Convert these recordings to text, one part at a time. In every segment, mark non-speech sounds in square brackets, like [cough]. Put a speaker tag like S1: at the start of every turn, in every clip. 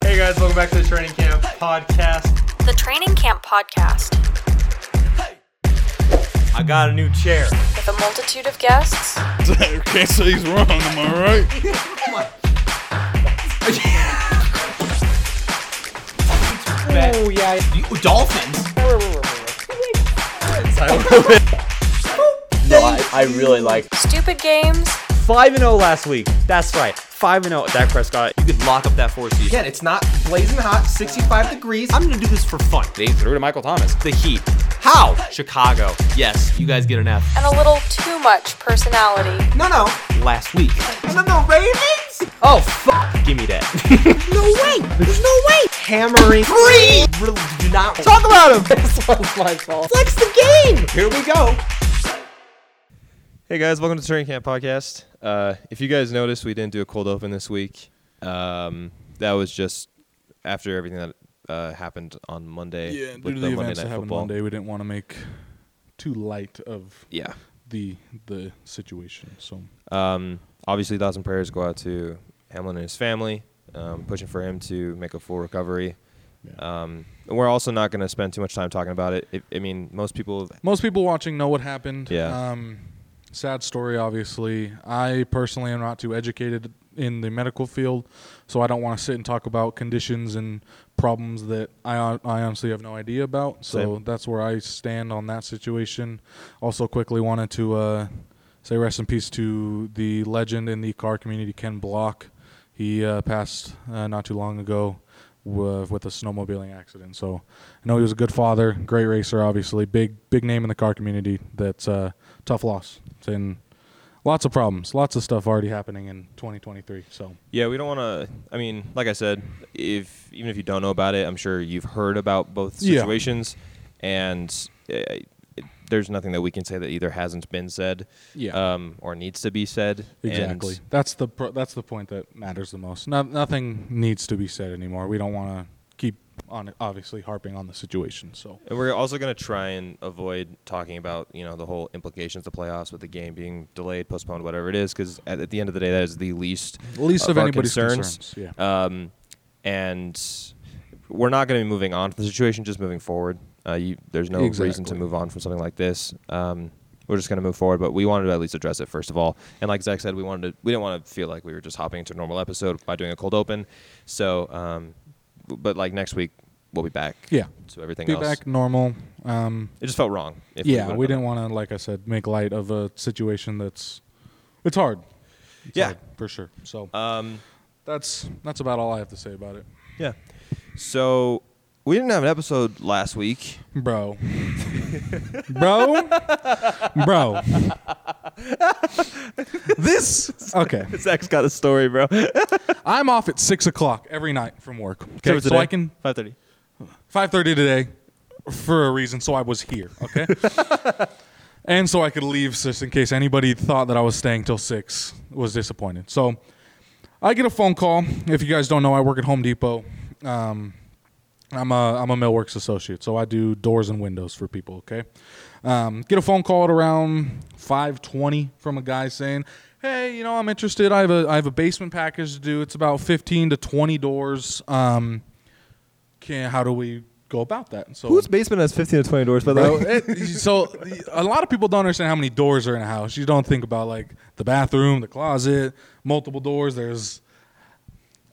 S1: guys, welcome back to the Training Camp Podcast.
S2: The Training Camp Podcast
S1: I got a new chair.
S2: with a multitude of guests.
S3: [laughs] Can't say he's wrong, am I right?
S1: Oh yeah, dolphins.
S4: No, I, I really like.
S2: Stupid games.
S1: Five and zero last week. That's right. Five and zero. Dak Prescott. You could lock up that four seed.
S5: Again, it's not blazing hot, 65 degrees.
S1: I'm gonna do this for fun. They threw to Michael Thomas. The Heat.
S5: How?
S1: Chicago. Yes, you guys get an F.
S2: And a little too much personality.
S5: No, no.
S1: Last week.
S5: No, no, Ravens?
S1: Oh fuck. Give me that.
S5: [laughs] No way. There's no way. Hammering. Three. Really do not talk about
S6: [laughs]
S5: him. this one's my fault. Flex the game. Here we go.
S7: Hey guys, welcome to the
S6: [laughs]
S7: Training Camp Podcast. Uh, if you guys noticed, we didn't do a cold open this week. Um, that was just after everything that uh, happened on Monday.
S3: Yeah,
S7: with
S3: due to
S7: the
S3: the
S7: Monday
S3: events that
S7: Night
S3: happened
S7: Football.
S3: Monday, we didn't want to make too light of
S7: Yeah.
S3: the the situation. So
S7: Um, obviously, thoughts and prayers go out to Hamlin and his family, um, pushing for him to make a full recovery.
S3: Yeah.
S7: Um, and we're also not going to spend too much time talking about it. it. I mean, most people.
S3: most people watching know what happened.
S7: Yeah.
S3: Um, sad story, obviously. I personally am not too educated in the medical field, so I don't want to sit and talk about conditions and problems that I hon- I honestly have no idea about. So
S7: Same.
S3: that's where I stand on that situation. Also, quickly wanted to uh, say rest in peace to the legend in the car community, Ken Block. He uh, passed uh, not too long ago w- with a snowmobiling accident. So I know he was a good father, great racer, obviously, big big name in the car community. That's uh, tough loss and lots of problems, lots of stuff already happening in 2023. So
S7: Yeah, we don't want to. I mean, like I said, if even if you don't know about it, I'm sure you've heard about both
S3: Yeah.
S7: situations, and uh, it, there's nothing that we can say that either hasn't been said,
S3: Yeah.
S7: um, or needs to be said. And
S3: exactly, that's the pro- that's the point that matters the most. No, nothing needs to be said anymore. We don't want to keep on obviously harping on the situation. So
S7: And we're also going to try and avoid talking about you know the whole implications of the playoffs with the game being delayed, postponed, whatever it is, because at, at the end of the day, that is the least
S3: least of
S7: our
S3: anybody's concerns,
S7: Um, and we're not going to be moving on from the situation, just moving forward. Uh, you, there's no reason to
S3: Exactly.
S7: move on from something like this. Um, we're just going to move forward, but we wanted to at least address it first of all. And like Zach said, we wanted to, we didn't want to feel like we were just hopping into a normal episode by doing a cold open. So, um, but like next week, we'll be back.
S3: Yeah.
S7: To everything
S3: be
S7: else.
S3: back normal. Um,
S7: It just felt wrong. if
S3: yeah,
S7: would've
S3: we
S7: done
S3: didn't want to, like I said, make light of a situation that's it's hard. It's
S7: Yeah.
S3: hard, for sure. So
S7: that. Um,
S3: that's that's about all I have to say about it,
S7: yeah. So we didn't have an episode last [laughs] week.
S3: bro. [laughs] bro, bro. this okay.
S7: [laughs] Zach's got a story, bro.
S3: I'm off at six o'clock every night from work. Okay, so I can
S7: five thirty.
S3: five thirty today for a reason. So I was here. Okay. and so I could leave just in case anybody thought that I was staying till six was disappointed. So I get a phone call. If you guys don't know, I work at Home Depot. Um, I'm a I'm a millworks associate, so I do doors and windows for people. Okay, um, get a phone call at around 5:20 from a guy saying, "Hey, you know, I'm interested. I have a I have a basement package to do. It's about 15 to 20 doors. Um, can how do we go about that?" So
S7: basement has fifteen to twenty doors? By [laughs]
S3: Bro, it- so the- a lot of people don't understand how many doors are in a house. You don't think about like the bathroom, the closet, multiple doors. There's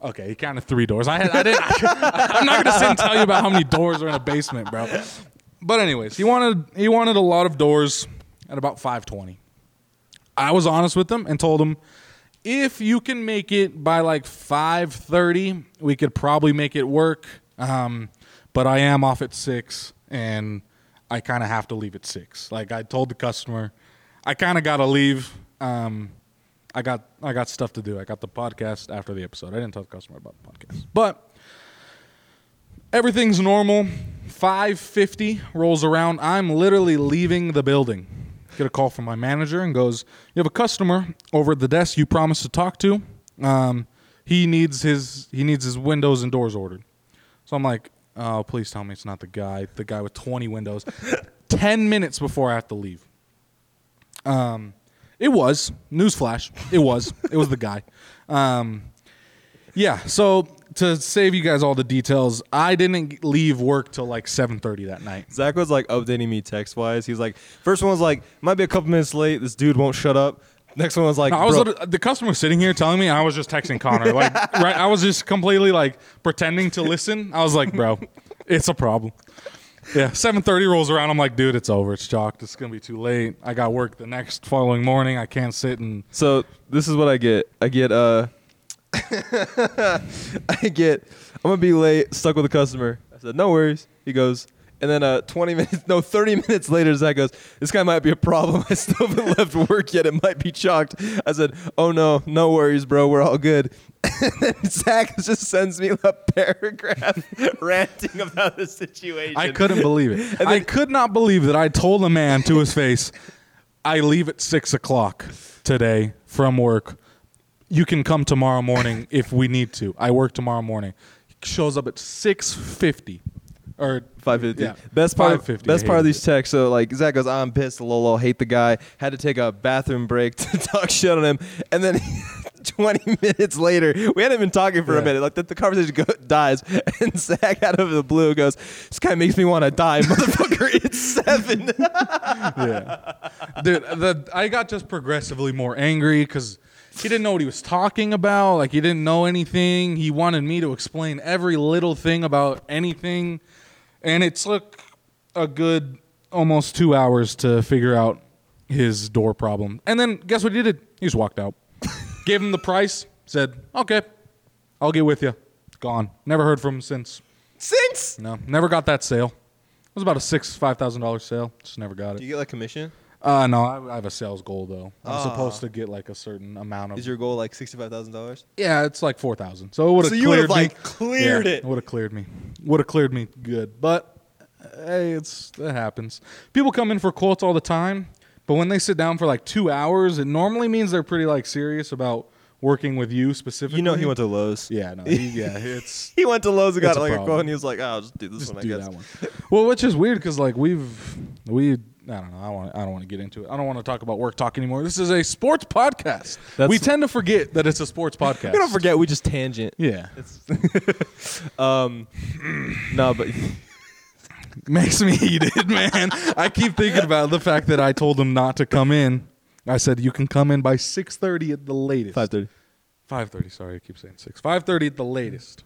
S3: okay, you counted three doors. I had, I didn't. [laughs] I, am not gonna sit and tell you about how many doors are in a basement, bro. But anyways, he wanted he wanted a lot of doors at about 520. I was honest with him and told him if you can make it by like 5:30, we could probably make it work. Um, but I am off at 6 and I kind of have to leave at 6. Like I told the customer, I kind of got to leave um, I got I got stuff to do. I got the podcast after the episode. I didn't tell the customer about the podcast. But everything's normal. 550 rolls around. I'm literally leaving the building. Get a call from my manager and goes, You have a customer over at the desk you promised to talk to. Um, he needs his he needs his windows and doors ordered. So I'm like, Oh, please tell me it's not the guy, the guy with 20 windows. 10 minutes before I have to leave. Um, it was newsflash. It was. it was the guy. Um, yeah. So to save you guys all the details, I didn't leave work till like 7:30 that night.
S7: Zach was like updating me text wise. He's like, first one was like, might be a couple minutes late. This dude won't shut up. Next one was like,
S3: No, I was
S7: "Bro,
S3: literally- the customer was sitting here telling me I was just texting Connor. Like, right, I was just completely like pretending to listen. I was like, bro, it's a problem. Yeah, seven thirty rolls around. I'm like, dude, it's over. It's chalked. It's gonna be too late. I got work the next following morning. I can't sit and
S7: So this is what I get. I get uh [laughs] I get I'm gonna be late, stuck with a customer. I said, No worries. He goes, and then uh twenty [laughs] minutes no, thirty minutes later Zach goes, This guy might be a problem. [laughs] I still haven't left work yet, it might be chalked. I said, Oh no, no worries, bro, we're all good. [laughs] And then Zach [laughs] just sends me a paragraph [laughs] ranting about the situation.
S3: I couldn't believe [laughs] it.
S7: And
S3: I
S7: then-
S3: could not believe that I told a man to his face, I leave at six o'clock today from work. You can come tomorrow morning if we need to. I work tomorrow morning. He shows up at six fifty. Or
S7: Five fifty.
S3: Yeah.
S7: Best part.
S3: 550,
S7: best
S3: I
S7: part of
S3: hated
S7: these texts. So like Zach goes, I'm pissed. Lolo, hate the guy. Had to take a bathroom break [laughs] to talk shit on him, and then. [laughs] 20 minutes later, we hadn't been talking for a
S3: Yeah.
S7: minute. Like the, the conversation go, dies, [laughs] and Zach out of the blue goes, "This guy makes me want to die, [laughs] motherfucker." it's seven.
S3: yeah. Dude, the, I got just progressively more angry because he didn't know what he was talking about. Like, he didn't know anything. He wanted me to explain every little thing about anything. And it took a good almost two hours to figure out his door problem. And then guess what he did? He just walked out. Gave him the price, said, okay, I'll get with you. Gone. Never heard from him since.
S7: Since
S3: No, never got that sale. It was about a six, five thousand dollar sale. Just never got it.
S7: do you get like commission?
S3: Uh, no, I, I have a sales goal though. I'm supposed to get like a certain amount of.
S7: Ah. Is your goal like sixty-five thousand dollars?
S3: yeah, it's like four thousand. So it would have.
S7: So you
S3: cleared
S7: would've,
S3: me.
S7: like, cleared it.
S3: Would have cleared me. Would have cleared me good. But hey, it's that happens. People come in for quotes all the time, but when they sit down for like two hours, it normally means they're pretty like serious about working with you specifically.
S7: You know he went to Lowe's.
S3: Yeah, no,
S7: [laughs]
S3: he, yeah, it's
S7: he went to Lowe's and got
S3: It's a
S7: like a
S3: problem.
S7: quote, and he was like, "Oh, I'll just do this
S3: just
S7: one."
S3: do
S7: I guess.
S3: that one. Well, which is weird because like we've we I don't know I want I don't want to get into it. I don't want to talk about work talk anymore. This is a sports podcast.
S7: That's-
S3: we tend to forget that it's a sports podcast.
S7: [laughs] We don't forget. We just tangent.
S3: Yeah,
S7: Um, [clears throat] no, but
S3: [laughs] makes
S7: [laughs]
S3: me heated, man. I keep thinking about the fact that I told him not to come in. I said you can come in by six thirty at the latest.
S7: thirty.
S3: Five thirty. Sorry, I keep saying six. Five thirty at the latest.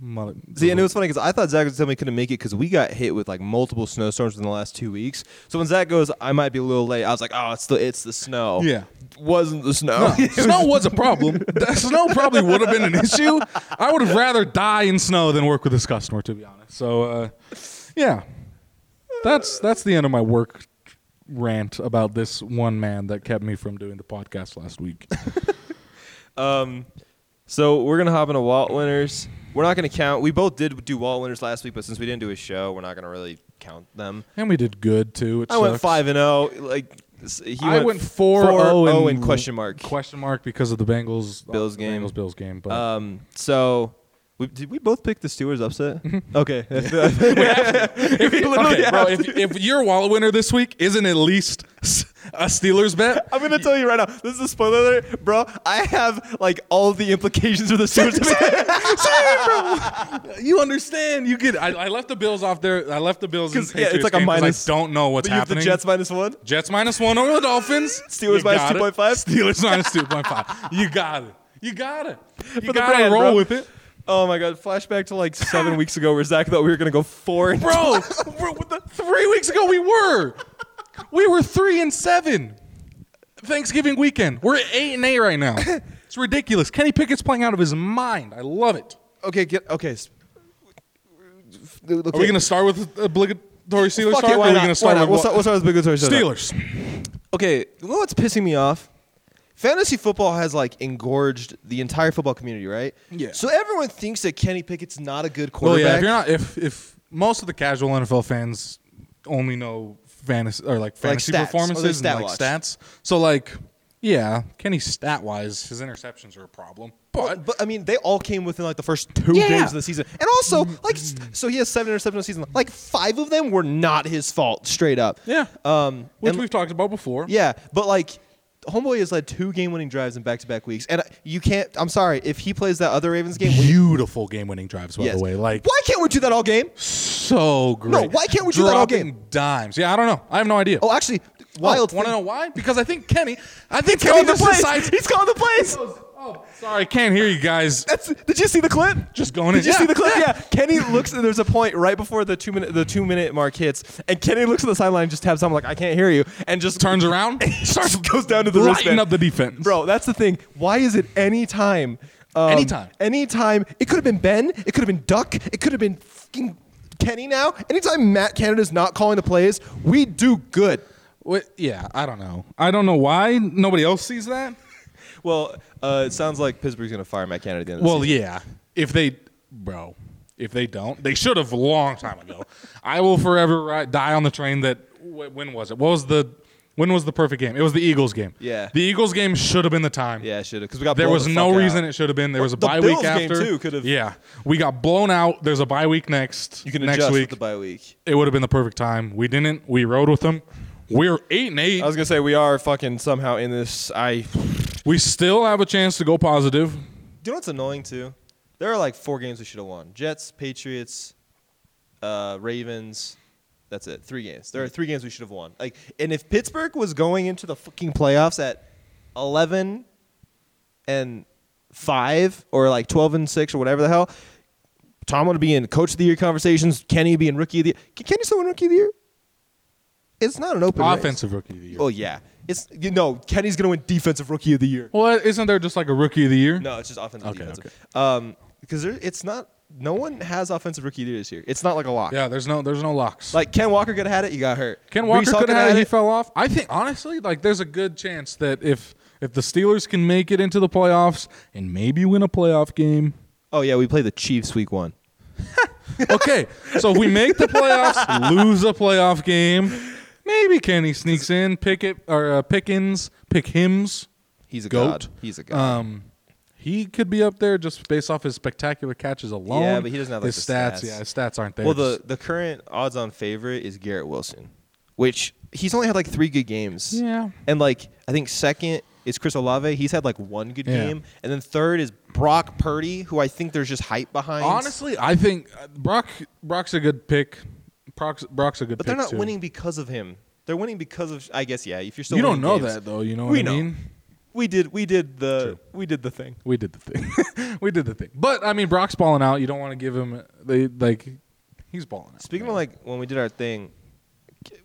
S3: Mother-
S7: See, and it was funny because I thought Zach was telling me he couldn't make it because we got hit with like multiple snowstorms in the last two weeks. So when Zach goes, I might be a little late. I was like, oh, it's the it's the snow.
S3: Yeah.
S7: wasn't
S3: [laughs]
S7: the snow.
S3: No, snow was a problem. [laughs] That snow probably would have been an issue. I would have rather die in snow than work with this customer, to be honest. So, uh, yeah, that's that's the end of my work rant about this one man that kept me from doing the podcast last week.
S7: [laughs] so we're gonna hop into Walt winners. We're not gonna count. We both did do Walt winners last week, but since we didn't do a show, we're not gonna really count them.
S3: And we did good too. It
S7: I went
S3: sucks.
S7: five and zero. Like s- he
S3: I went four
S7: four
S3: zero
S7: zero
S3: and
S7: and question mark.
S3: Question mark because of the Bengals
S7: Bills game.
S3: Bengals Bills game. But
S7: Um, so. We, did we both pick the Steelers upset?
S3: [laughs]
S7: Okay.
S3: Mm-hmm.
S7: [laughs]
S3: if, [laughs] okay, bro, if, if your wallet winner this week isn't at least s- a Steelers bet,
S7: I'm gonna tell you right now. This is a spoiler alert, bro. I have like all the
S3: [laughs]
S7: implications of the Steelers. [laughs]
S3: You understand? You get. I, I left the Bills off there. I left the Bills. In
S7: 'Cause, yeah, it's like a
S3: game 'cause
S7: minus-
S3: I don't know what's
S7: you have the
S3: happening.
S7: Jets minus one.
S3: Jets minus one over the Dolphins.
S7: [laughs] Steelers
S3: You
S7: minus
S3: got it.
S7: 2.5.
S3: Steelers minus two point five. You got it. You got
S7: [laughs]
S3: it.
S7: For
S3: You
S7: the
S3: got to
S7: brand,
S3: roll
S7: bro.
S3: with it,
S7: Oh my god! Flashback to like seven weeks ago, where Zach thought we were gonna go four. And [laughs]
S3: bro. we're- what the- three weeks ago we were, we were three and seven. Thanksgiving weekend, we're at eight and eight right
S7: [laughs]
S3: now. It's ridiculous. Kenny Pickett's playing out of his mind. I love it.
S7: okay, get okay. s-
S3: Are we gonna start with obligatory Steelers?
S7: Fuck
S3: talk,
S7: it,
S3: or
S7: why
S3: are we
S7: not?
S3: gonna
S7: Why
S3: start
S7: not?
S3: with
S7: We'll
S3: what-
S7: start, we'll start with big Steelers.
S3: Steelers?
S7: Okay, you know what's pissing me off? Fantasy football has like engorged the entire football community, right?
S3: Yeah.
S7: So everyone thinks that Kenny Pickett's not a good
S3: Well,
S7: quarterback.
S3: yeah. If you're not, if if most of the casual NFL fans only know fantasy or like fantasy
S7: stats, or they
S3: performances
S7: stat
S3: and like
S7: watch.
S3: stats, so like, yeah, Kenny stat wise, his interceptions are a problem. But
S7: But I mean, they all came within like the first two
S3: Yeah.
S7: games of the season, and also like, s- so he has seven interceptions a season. Like five of them were not his fault, straight up.
S3: yeah,
S7: Um.
S3: which
S7: and-
S3: we've talked about before.
S7: yeah, but like, Homeboy has led two game-winning drives in back-to-back weeks, and I- you can't. I'm sorry if he plays that other Ravens game. we-
S3: Beautiful game-winning drives, by
S7: yes.
S3: the way. Like
S7: why can't we do that all game?
S3: so great.
S7: why can't we do that all
S3: Dropping
S7: game?
S3: Dimes. Yeah, I don't know. I have no idea.
S7: Oh, actually, wild.
S3: Want to know why? Because I think Kenny. I think
S7: He's calling
S3: Kenny
S7: the
S3: just
S7: plays.
S3: decides.
S7: He's calling the plays.
S3: Oh, sorry, can't hear you
S7: [laughs]
S3: guys.
S7: That's, did you see the clip?
S3: Just going
S7: Did
S3: in.
S7: you see
S3: Yeah,
S7: the clip?
S3: yeah.
S7: Yeah. Kenny looks. There's a point right before the two minute the two minute mark hits, and Kenny looks at the sideline, and just taps. I'm like, I can't hear you, and just
S3: Turns around.
S7: starts goes down to the
S3: Lighten
S7: wristband.
S3: up the defense,
S7: Bro, that's the thing. Why is it any time? Um,
S3: Anytime.
S7: Anytime. It could have been Ben. It could have been Duck. It could have been fucking Kenny. Now, anytime Matt Canada's not calling the plays, we do good.
S3: Wait, yeah, I don't know. I don't know why nobody else sees
S7: [laughs]
S3: that.
S7: Well, uh, it sounds like Pittsburgh's gonna fire Matt Canada at the end.
S3: Well, yeah. If they, bro, if they don't, they should have a long time ago. I will forever ri die on the train that. Wh- when was it? What was the? When was the perfect game? It was the Eagles game.
S7: Yeah.
S3: The Eagles game should have been the time.
S7: Yeah, should have because we got.
S3: There
S7: blown
S3: was
S7: the
S3: no
S7: fuck out.
S3: reason it should have been. There was a
S7: The
S3: bye week
S7: Bills game,
S3: after.
S7: too, could've-
S3: Yeah, we got blown out. There's a bye week next.
S7: You can
S3: next
S7: adjust
S3: week.
S7: with the bye week.
S3: it would have been the perfect time. We didn't. We rode with them. We're eight and eight.
S7: I was gonna say we are fucking somehow in this. I
S3: we still have a chance to go positive.
S7: Do you know what's annoying too? There are like four games we should have won: Jets, Patriots, uh, Ravens. That's it. Three games. There are three games we should have won. Like, and if Pittsburgh was going into the fucking playoffs at eleven and five, or like twelve and six, or whatever the hell, Tom would be in Coach of the Year conversations. Kenny would be in Rookie of the Year. Can Kenny still win Rookie of the Year? It's not an open race.
S3: Offensive rookie of the year.
S7: Oh yeah. It's you know Kenny's gonna win Defensive Rookie of the Year.
S3: Well, isn't there just like a rookie of the year?
S7: No, it's just offensive
S3: Okay,
S7: defensive. Um, because there, it's not. No one has offensive rookie of the year this year. It's not like a lock.
S3: Yeah, there's no there's no locks.
S7: Like Ken Walker could have had it. You got hurt.
S3: Ken
S7: Reese
S3: Walker
S7: Hall
S3: could have had it.
S7: coulda
S3: He fell off. I think honestly, like there's a good chance that if if the Steelers can make it into the playoffs and maybe win a playoff game. [laughs]
S7: Oh yeah, we play the Chiefs week one.
S3: Okay, so if we make the playoffs, lose a playoff game, maybe Kenny sneaks in. Pickett or uh, Pickens, pick hims.
S7: He's a
S3: Goat.
S7: god. He's a god.
S3: Um, he could be up there just based off his spectacular catches alone.
S7: Yeah, but he doesn't have, like,
S3: his
S7: the
S3: stats.
S7: stats.
S3: Yeah, his stats aren't there.
S7: well, the the current odds-on favorite is Garrett Wilson, which he's only had like three good games.
S3: Yeah.
S7: And like I think second is Chris Olave. He's had like one good
S3: Yeah.
S7: game, and then third is Brock Purdy, who I think there's just hype behind.
S3: honestly, I think uh, Brock Brock's a good pick. Brock's, Brock's a good
S7: But
S3: pick
S7: they're not
S3: too.
S7: winning because of him. They're winning because of I guess yeah. If you're still
S3: You don't
S7: winning
S3: know
S7: games.
S3: that though. You know what
S7: we
S3: I
S7: know.
S3: mean?
S7: We did we did the we did the thing.
S3: We did the thing. [laughs] we did the thing. But I mean, Brock's balling out. You don't want to give him they like he's balling out.
S7: Speaking of like when we did our thing,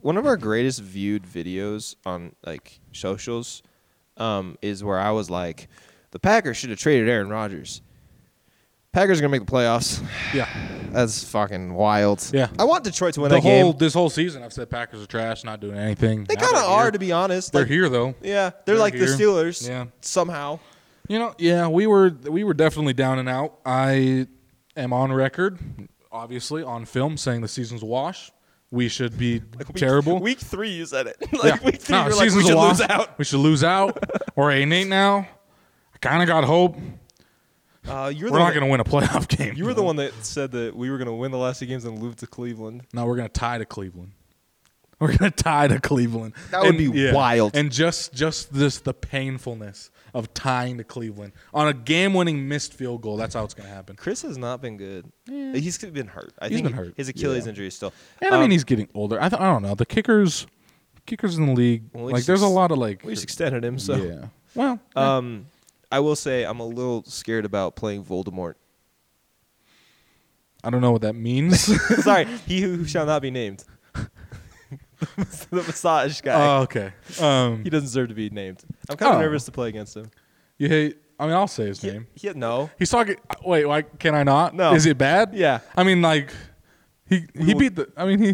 S7: one of our greatest viewed videos on like socials um, is where I was like, the Packers should have traded Aaron Rodgers. Packers are gonna make the playoffs. [sighs]
S3: yeah,
S7: That's fucking wild.
S3: Yeah.
S7: I want Detroit to win
S3: the
S7: that
S3: whole
S7: game.
S3: this whole season, I've said Packers are trash, not doing anything.
S7: They
S3: Now
S7: kind of
S3: they're
S7: are,
S3: here.
S7: to be honest.
S3: They're
S7: Like,
S3: here though.
S7: Yeah, they're,
S3: They're
S7: like the
S3: here.
S7: Steelers.
S3: Yeah.
S7: Somehow.
S3: You know, yeah, we were we were definitely down and out. I am on record, obviously on film, saying the season's a wash. We should be terrible.
S7: [laughs] Week three, you said it. like
S3: Yeah.
S7: week three,
S3: No,
S7: you're like we
S3: season's a
S7: should lose
S3: loss.
S7: out.
S3: We should lose out. We're eight and eight now. I kind of got hope.
S7: Uh, you're
S3: We're
S7: the
S3: not
S7: one-
S3: going to win a playoff game.
S7: You were the one that said that we were going to win the last two games and move to Cleveland.
S3: No, we're gonna tie to Cleveland. We're gonna tie to Cleveland.
S7: That would be wild.
S3: And just just this the painfulness of tying to Cleveland on a game-winning missed field goal. That's how it's gonna happen.
S7: Chris has not been good. He's been hurt. I
S3: He's
S7: think
S3: been hurt.
S7: his Achilles
S3: Yeah.
S7: injury is still.
S3: And I mean,
S7: Um,
S3: he's getting older. I, th- I don't know. The kickers, kickers in the league,
S7: Well, we
S3: like
S7: just
S3: there's a
S7: ex-
S3: lot of like,
S7: we just extended him. So,
S3: yeah. Well,
S7: um, I will say I'm a little scared about playing Voldemort. [laughs]
S3: I don't know what that
S7: [laughs]
S3: means.
S7: Sorry, he who shall not be named. [laughs] the massage guy.
S3: Oh, okay. Um,
S7: he doesn't deserve to be named. I'm kind of
S3: Oh.
S7: nervous to play against him.
S3: you hate. I mean, I'll say his
S7: He-
S3: name.
S7: he- no.
S3: He's talking. Wait, why can I not?
S7: No.
S3: Is it bad?
S7: Yeah.
S3: I mean, like, he he
S7: will-
S3: beat the. I mean, he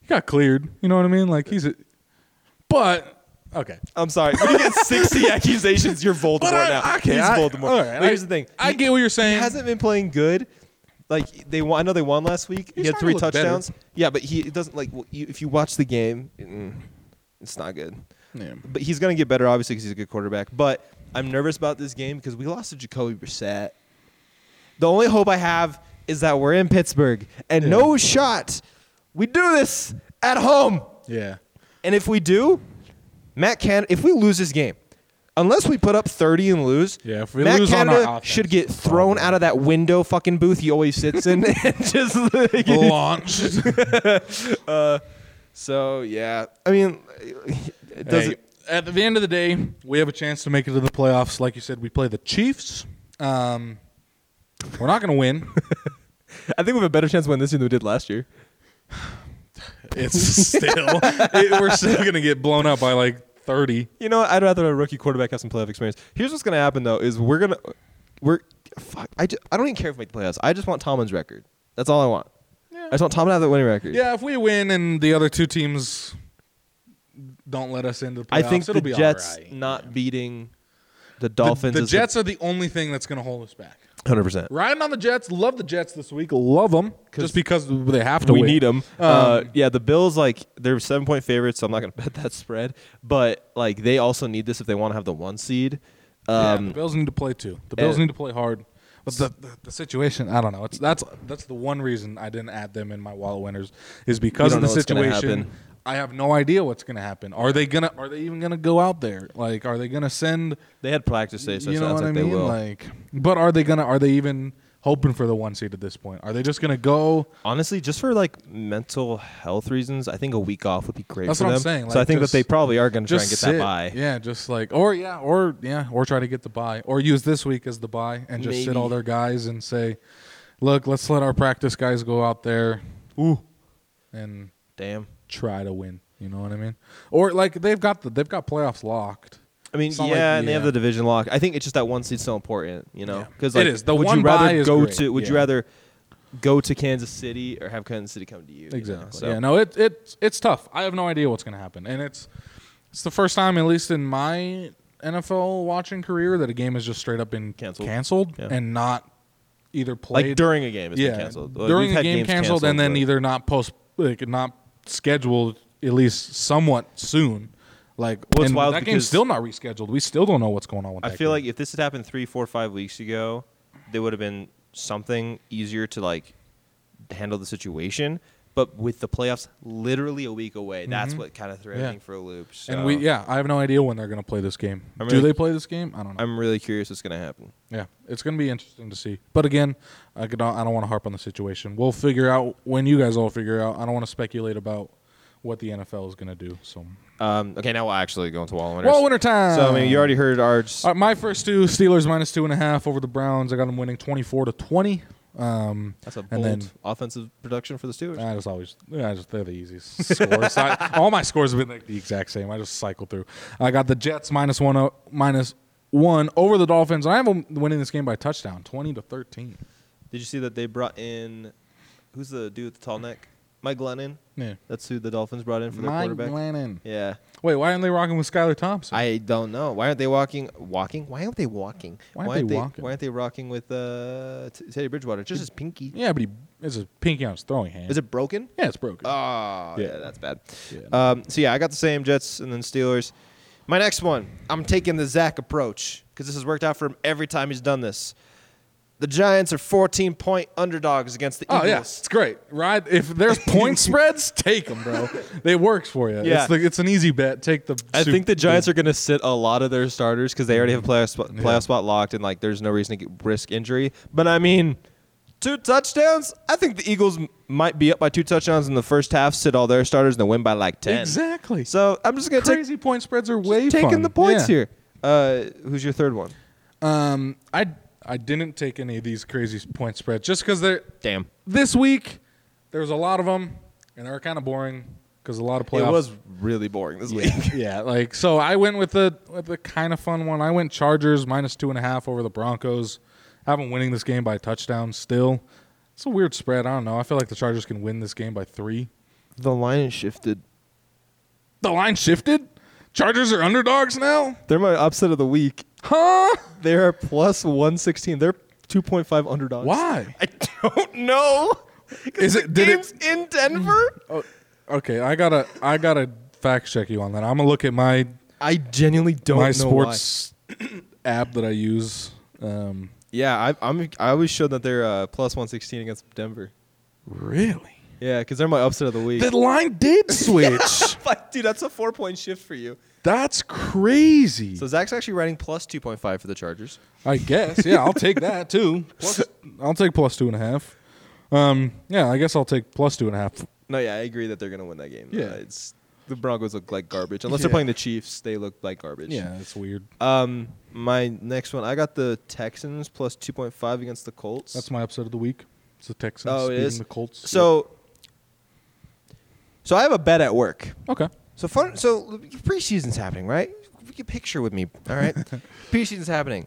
S3: he got cleared. You know what I mean? Like he's a. But okay.
S7: I'm sorry. When you
S3: [laughs]
S7: get 60 accusations, you're Voldemort
S3: But I-
S7: now.
S3: okay,
S7: He's
S3: I-
S7: Voldemort.
S3: all right,
S7: But here's
S3: I-
S7: the thing.
S3: I get what you're saying.
S7: He hasn't been playing good. Like they, won, I know they won last week.
S3: He's
S7: he had
S3: starting
S7: three
S3: to look better.
S7: touchdowns. Yeah, but he it doesn't like well, you, if you watch the game, mm, it's not good.
S3: Yeah.
S7: But he's gonna get better, obviously, because he's a good quarterback. But I'm nervous about this game because we lost to Jacoby Brissett. The only hope I have is that we're in Pittsburgh and no shot. We do this at home.
S3: Yeah.
S7: [laughs] And if we do, Matt Can if we lose this game, unless we put up 30 and lose,
S3: Yeah, if we
S7: Matt
S3: lose on our
S7: Canada
S3: offense,
S7: should get
S3: it's
S7: thrown
S3: probably-
S7: out of that window fucking booth he always sits
S3: [laughs]
S7: in and just like, [laughs]
S3: launch.
S7: so yeah. I mean, does
S3: Hey,
S7: it
S3: at the end of the day, we have a chance to make it to the playoffs. Like you said, we play the Chiefs. Um, we're not going to
S7: [laughs]
S3: win.
S7: I think we have a better chance to win this year than we did last year.
S3: It's still it, we're still going to get blown up by like thirty.
S7: You know, what? I'd rather a rookie quarterback have some playoff experience. Here's what's going to happen though: is we're gonna we're fuck. I, just, I don't even care if we make the playoffs. I just want Tomlin's record. That's all I want. I just want Tomlin to have that winning record.
S3: Yeah, if we win and the other two teams don't let us into the playoffs,
S7: I think
S3: it'll
S7: the
S3: be
S7: Jets
S3: all right.
S7: not beating the
S3: The-
S7: Dolphins.
S3: The,
S7: is
S3: Jets are the only thing that's going to hold us back.
S7: hundred percent.
S3: Riding on the Jets, love the Jets this week. Love them just because they have to.
S7: We
S3: win. Um,
S7: need them. uh, yeah, the Bills like they're seven point favorites, so I'm not going to [laughs] bet that spread. But like they also need this if they want to have the one seed.
S3: Yeah,
S7: Um,
S3: the Bills need to play too. The Bills
S7: and-
S3: need to play hard. But the, the, the situation, I don't know. It's that's that's the one reason I didn't add them in my wallet winners is because
S7: You
S3: of
S7: don't
S3: the
S7: know what's gonna
S3: situation.
S7: happen.
S3: I have no idea what's going to happen. Are they gonna? Are they even gonna go out there? Like, are they gonna send?
S7: They had practice today, so
S3: you
S7: it
S3: know
S7: sounds
S3: what I
S7: like
S3: mean?
S7: they will.
S3: Like, but are they gonna? Are they even hoping for the one seed at this point? Are they just gonna go?
S7: Honestly, just for like mental health reasons, I think a week off would be great
S3: That's
S7: for
S3: what I'm
S7: them.
S3: saying,
S7: so I
S3: like,
S7: think
S3: just-
S7: that they probably are going to try
S3: Just
S7: and get
S3: sit.
S7: that bye.
S3: Yeah, just like or yeah or yeah or try to get the buy or use this week as the buy and just sit
S7: Maybe.
S3: all their guys and say, look, let's let our practice guys go out there, ooh, and
S7: Damn.
S3: try to win. You know what I mean? Or like they've got the they've got playoffs locked.
S7: I mean,
S3: It's
S7: yeah,
S3: not like-
S7: and they have
S3: yeah.
S7: the division lock. I think it's just that one seed's so important, you know,
S3: Yeah.
S7: because
S3: It
S7: like,
S3: is. The
S7: would
S3: one
S7: you rather
S3: bye is
S7: go
S3: great.
S7: to? Would you
S3: Yeah.
S7: rather go to Kansas City or have Kansas City come to you? you know?
S3: Exactly.
S7: So-
S3: Yeah. No, it it it's tough. I have no idea what's going to happen, and it's it's the first time, at least in my NFL watching career, that a game has just straight up been
S7: Canceled.
S3: canceled
S7: Yeah.
S3: and not either
S7: like
S3: played
S7: during a game, it's
S3: yeah
S7: been canceled. Like,
S3: during
S7: we've
S3: a
S7: had
S3: game
S7: games
S3: canceled, and then
S7: but-
S3: either not post like not scheduled at least somewhat soon. Like
S7: Well, it's
S3: and
S7: wild
S3: that game's
S7: because-
S3: still not rescheduled. We still don't know what's going on with
S7: I
S3: that
S7: feel
S3: game.
S7: like if this had happened three, four, five weeks ago, there would have been something easier to like handle the situation. But with the playoffs literally a week away, that's what kind of threw
S3: Mm-hmm. Yeah.
S7: everything for a loop. So
S3: and we yeah, I have no idea when they're going to play this game.
S7: I'm
S3: Do
S7: really-
S3: they play this game? I don't know.
S7: I'm really curious what's gonna happen.
S3: Yeah, it's going to be interesting to see. But again, I, could, I don't want to harp on the situation. We'll figure out when you guys all figure out. I don't want to speculate about what the NFL is going to do. So,
S7: Um, okay, now we'll actually go into Wall Winners.
S3: well, winter time.
S7: So I mean, you already heard our.
S3: All right, my first two Steelers minus two and a half over the Browns. I got them winning twenty four to twenty. Um,
S7: that's a bold
S3: and then- Uh,
S7: offensive production for the Steelers.
S3: I just always, I just they're the easiest scores.
S7: [laughs]
S3: I, all my scores have been like the exact same. I just cycle through. I got the Jets minus one, o- minus one over the Dolphins. I have them winning this game by a touchdown, twenty to thirteen.
S7: Did you see that they brought in? Who's the dude with the tall neck? Mike Glennon.
S3: Yeah.
S7: That's who the Dolphins brought in for their
S3: Mike
S7: quarterback.
S3: Glennon.
S7: Yeah.
S3: Wait, why aren't they rocking with Skylar Thompson?
S7: I don't know. Why aren't they walking? Walking? Why aren't they walking?
S3: Why aren't they walking?
S7: Why aren't they rocking with uh, T- Teddy Bridgewater? Just his pinky.
S3: yeah, but he it's a pinky on his throwing hand.
S7: Is it broken?
S3: Yeah, it's broken.
S7: Oh, yeah,
S3: Yeah.
S7: that's bad.
S3: Yeah,
S7: Um, so yeah, I got the same Jets and then Steelers. My next one, I'm taking the Zach approach because this has worked out for him every time he's done this. The Giants are 14 point underdogs against the
S3: Oh yeah,
S7: Eagles.
S3: it's great. Right? If there's
S7: [laughs]
S3: point spreads, take them, bro. They works for you.
S7: Yeah.
S3: It's, the, it's an easy bet. Take the.
S7: I
S3: sup-
S7: think the Giants are going to sit a lot of their starters because they already have a playoff spot, playoff spot locked, and like there's no reason to get risk injury. But I mean, two touchdowns. I think the Eagles m- might be up by two touchdowns in the first half, sit all their starters, and then win by like ten.
S3: Exactly.
S7: So I'm just going to
S3: Crazy
S7: take
S3: point spreads are way
S7: taking
S3: fun.
S7: the points
S3: Yeah.
S7: here. Uh, who's your third one?
S3: Um, I I didn't take any of these crazy point spreads just because they're
S7: Damn,
S3: this week. There was a lot of them, and they were kind of boring because a lot of
S7: it
S3: playoffs.
S7: was really boring this [laughs] week.
S3: [laughs] yeah, like so. I went with the with the kind of fun one. I went Chargers minus two and a half over the Broncos. Have them winning this game by a touchdown. Still, it's a weird spread. I don't know. I feel like the Chargers can win this game by three.
S7: the line is shifted.
S3: The line shifted. Chargers are underdogs now,
S7: They're my upset of the week.
S3: huh?
S7: They are plus one sixteen. They're two point five underdogs.
S3: Why?
S7: I don't know.
S3: Is it? Did it?
S7: in Denver?
S3: Okay, I gotta I gotta fact check you on that. I'm gonna look at my
S7: I genuinely don't
S3: my
S7: know
S3: sports [coughs] app that I use. Um,
S7: why. Yeah, I, I'm. I always showed that they're uh, plus one sixteen against Denver.
S3: really?
S7: Yeah, because they're my upset of the week.
S3: The line did switch.
S7: [laughs] Like, dude, that's a four point shift for you.
S3: That's crazy.
S7: So Zach's actually writing plus 2.5 for the Chargers.
S3: I guess. Yeah, I'll take that too. Plus, I'll take plus two and a half. Um, yeah, I guess I'll take plus two and a half.
S7: No, yeah, I agree that they're going to win that game.
S3: Yeah.
S7: Uh, it's the Broncos look like garbage. Unless
S3: Yeah.
S7: they're playing the Chiefs, they look like garbage.
S3: Yeah, that's weird.
S7: Um, my next one, I got the Texans plus 2.5 against the Colts.
S3: That's my upset of the week. It's the Texans
S7: Oh, it
S3: beating
S7: is.
S3: the Colts.
S7: So, so I have a bet at work.
S3: okay,
S7: So fun. So preseason's happening, right? You can picture with me,
S3: [laughs]
S7: all right? preseason's happening.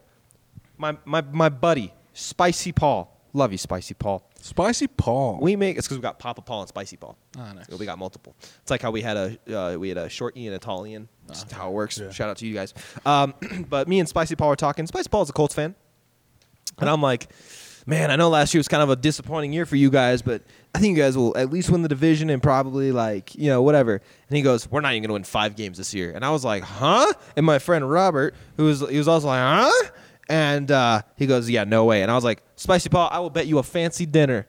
S7: My my my buddy, Spicy Paul. Love you, Spicy Paul.
S3: spicy Paul.
S7: We make it's because we got Papa Paul and Spicy Paul.
S3: Ah, nice.
S7: So We got multiple. It's like how we had a uh, we had a short E and a tall E. And
S3: Ah,
S7: it's how it works. Shout out to you guys. Um, [clears throat] but me and Spicy Paul were talking. Spicy Paul is a Colts fan, and I'm like, man, I know last year was kind of a disappointing year for you guys, but I think you guys will at least win the division and probably like you know whatever. And he goes, we're not even gonna win five games this year. And I was like, huh? And my friend Robert, who was he was also like, huh? And uh, he goes, yeah, no way. And I was like, Spicy Paul, I will bet you a fancy dinner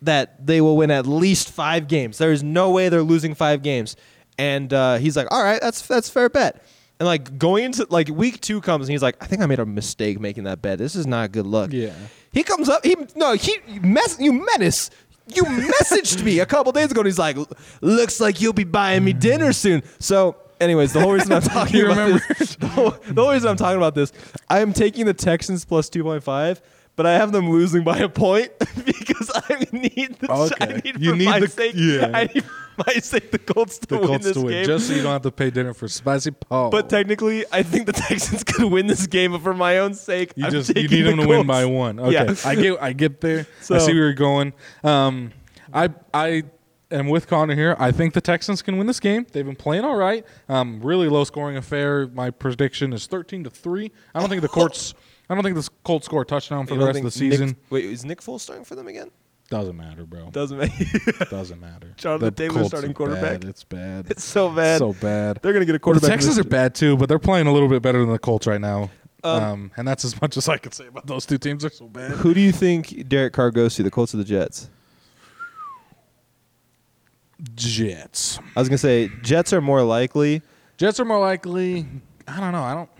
S7: that they will win at least five games. There is no way they're losing five games. And uh, he's like, all right, that's that's fair bet. And like going into like week two comes and he's like, I think I made a mistake making that bet. This is not good luck.
S3: Yeah.
S7: He comes up. He no. He you mess. You menace. You messaged me a couple days ago and he's like, looks like you'll be buying me dinner soon. So. Anyways, the whole reason I'm talking
S3: You
S7: about
S3: remember?
S7: this, [laughs] the whole, the whole reason I'm talking about this, I am taking the Texans plus 2.5, but I have them losing by a point [laughs] because I need the I
S3: Okay.
S7: need
S3: You
S7: for
S3: need
S7: my
S3: the-
S7: sake.
S3: yeah.
S7: I need for my sake the Colts to
S3: the
S7: win
S3: Colts
S7: this
S3: to win,
S7: game.
S3: just so you don't have to pay dinner for spicy Paul.
S7: but technically, I think the [laughs] Texans could win this game, but for my own sake,
S3: you
S7: I'm
S3: just you
S7: taking
S3: need
S7: the
S3: them to win
S7: Colts.
S3: by one. Okay,
S7: Yeah.
S3: I get I get [laughs] there. I
S7: So-
S3: see where you're going. Um, I I am with Connor here. I think the Texans can win this game. They've been playing all right. Um, really low scoring affair. My prediction is 13 to three. I don't think the Colts. I don't think this Colts score a touchdown for
S7: You
S3: the
S7: don't
S3: rest of
S7: think
S3: the season.
S7: Nick, wait, is Nick Foles starting for them again?
S3: Doesn't matter, bro.
S7: Doesn't make
S3: [laughs] Doesn't matter.
S7: [laughs] Jonathan Taylor's
S3: Colts
S7: starting
S3: are
S7: quarterback.
S3: Bad. It's bad.
S7: It's so bad.
S3: So bad.
S7: They're gonna get a
S3: Well,
S7: quarterback.
S3: The Texans
S7: this
S3: are
S7: year.
S3: bad too, but they're playing a little bit better than the Colts right now. Um,
S7: Um,
S3: and that's as much as I can say about those two teams. They're so bad.
S7: Who do you think Derek Carr goes to? The Colts or the Jets?
S3: Jets.
S7: I was gonna say Jets are more likely.
S3: Jets are more likely. I don't know. I don't.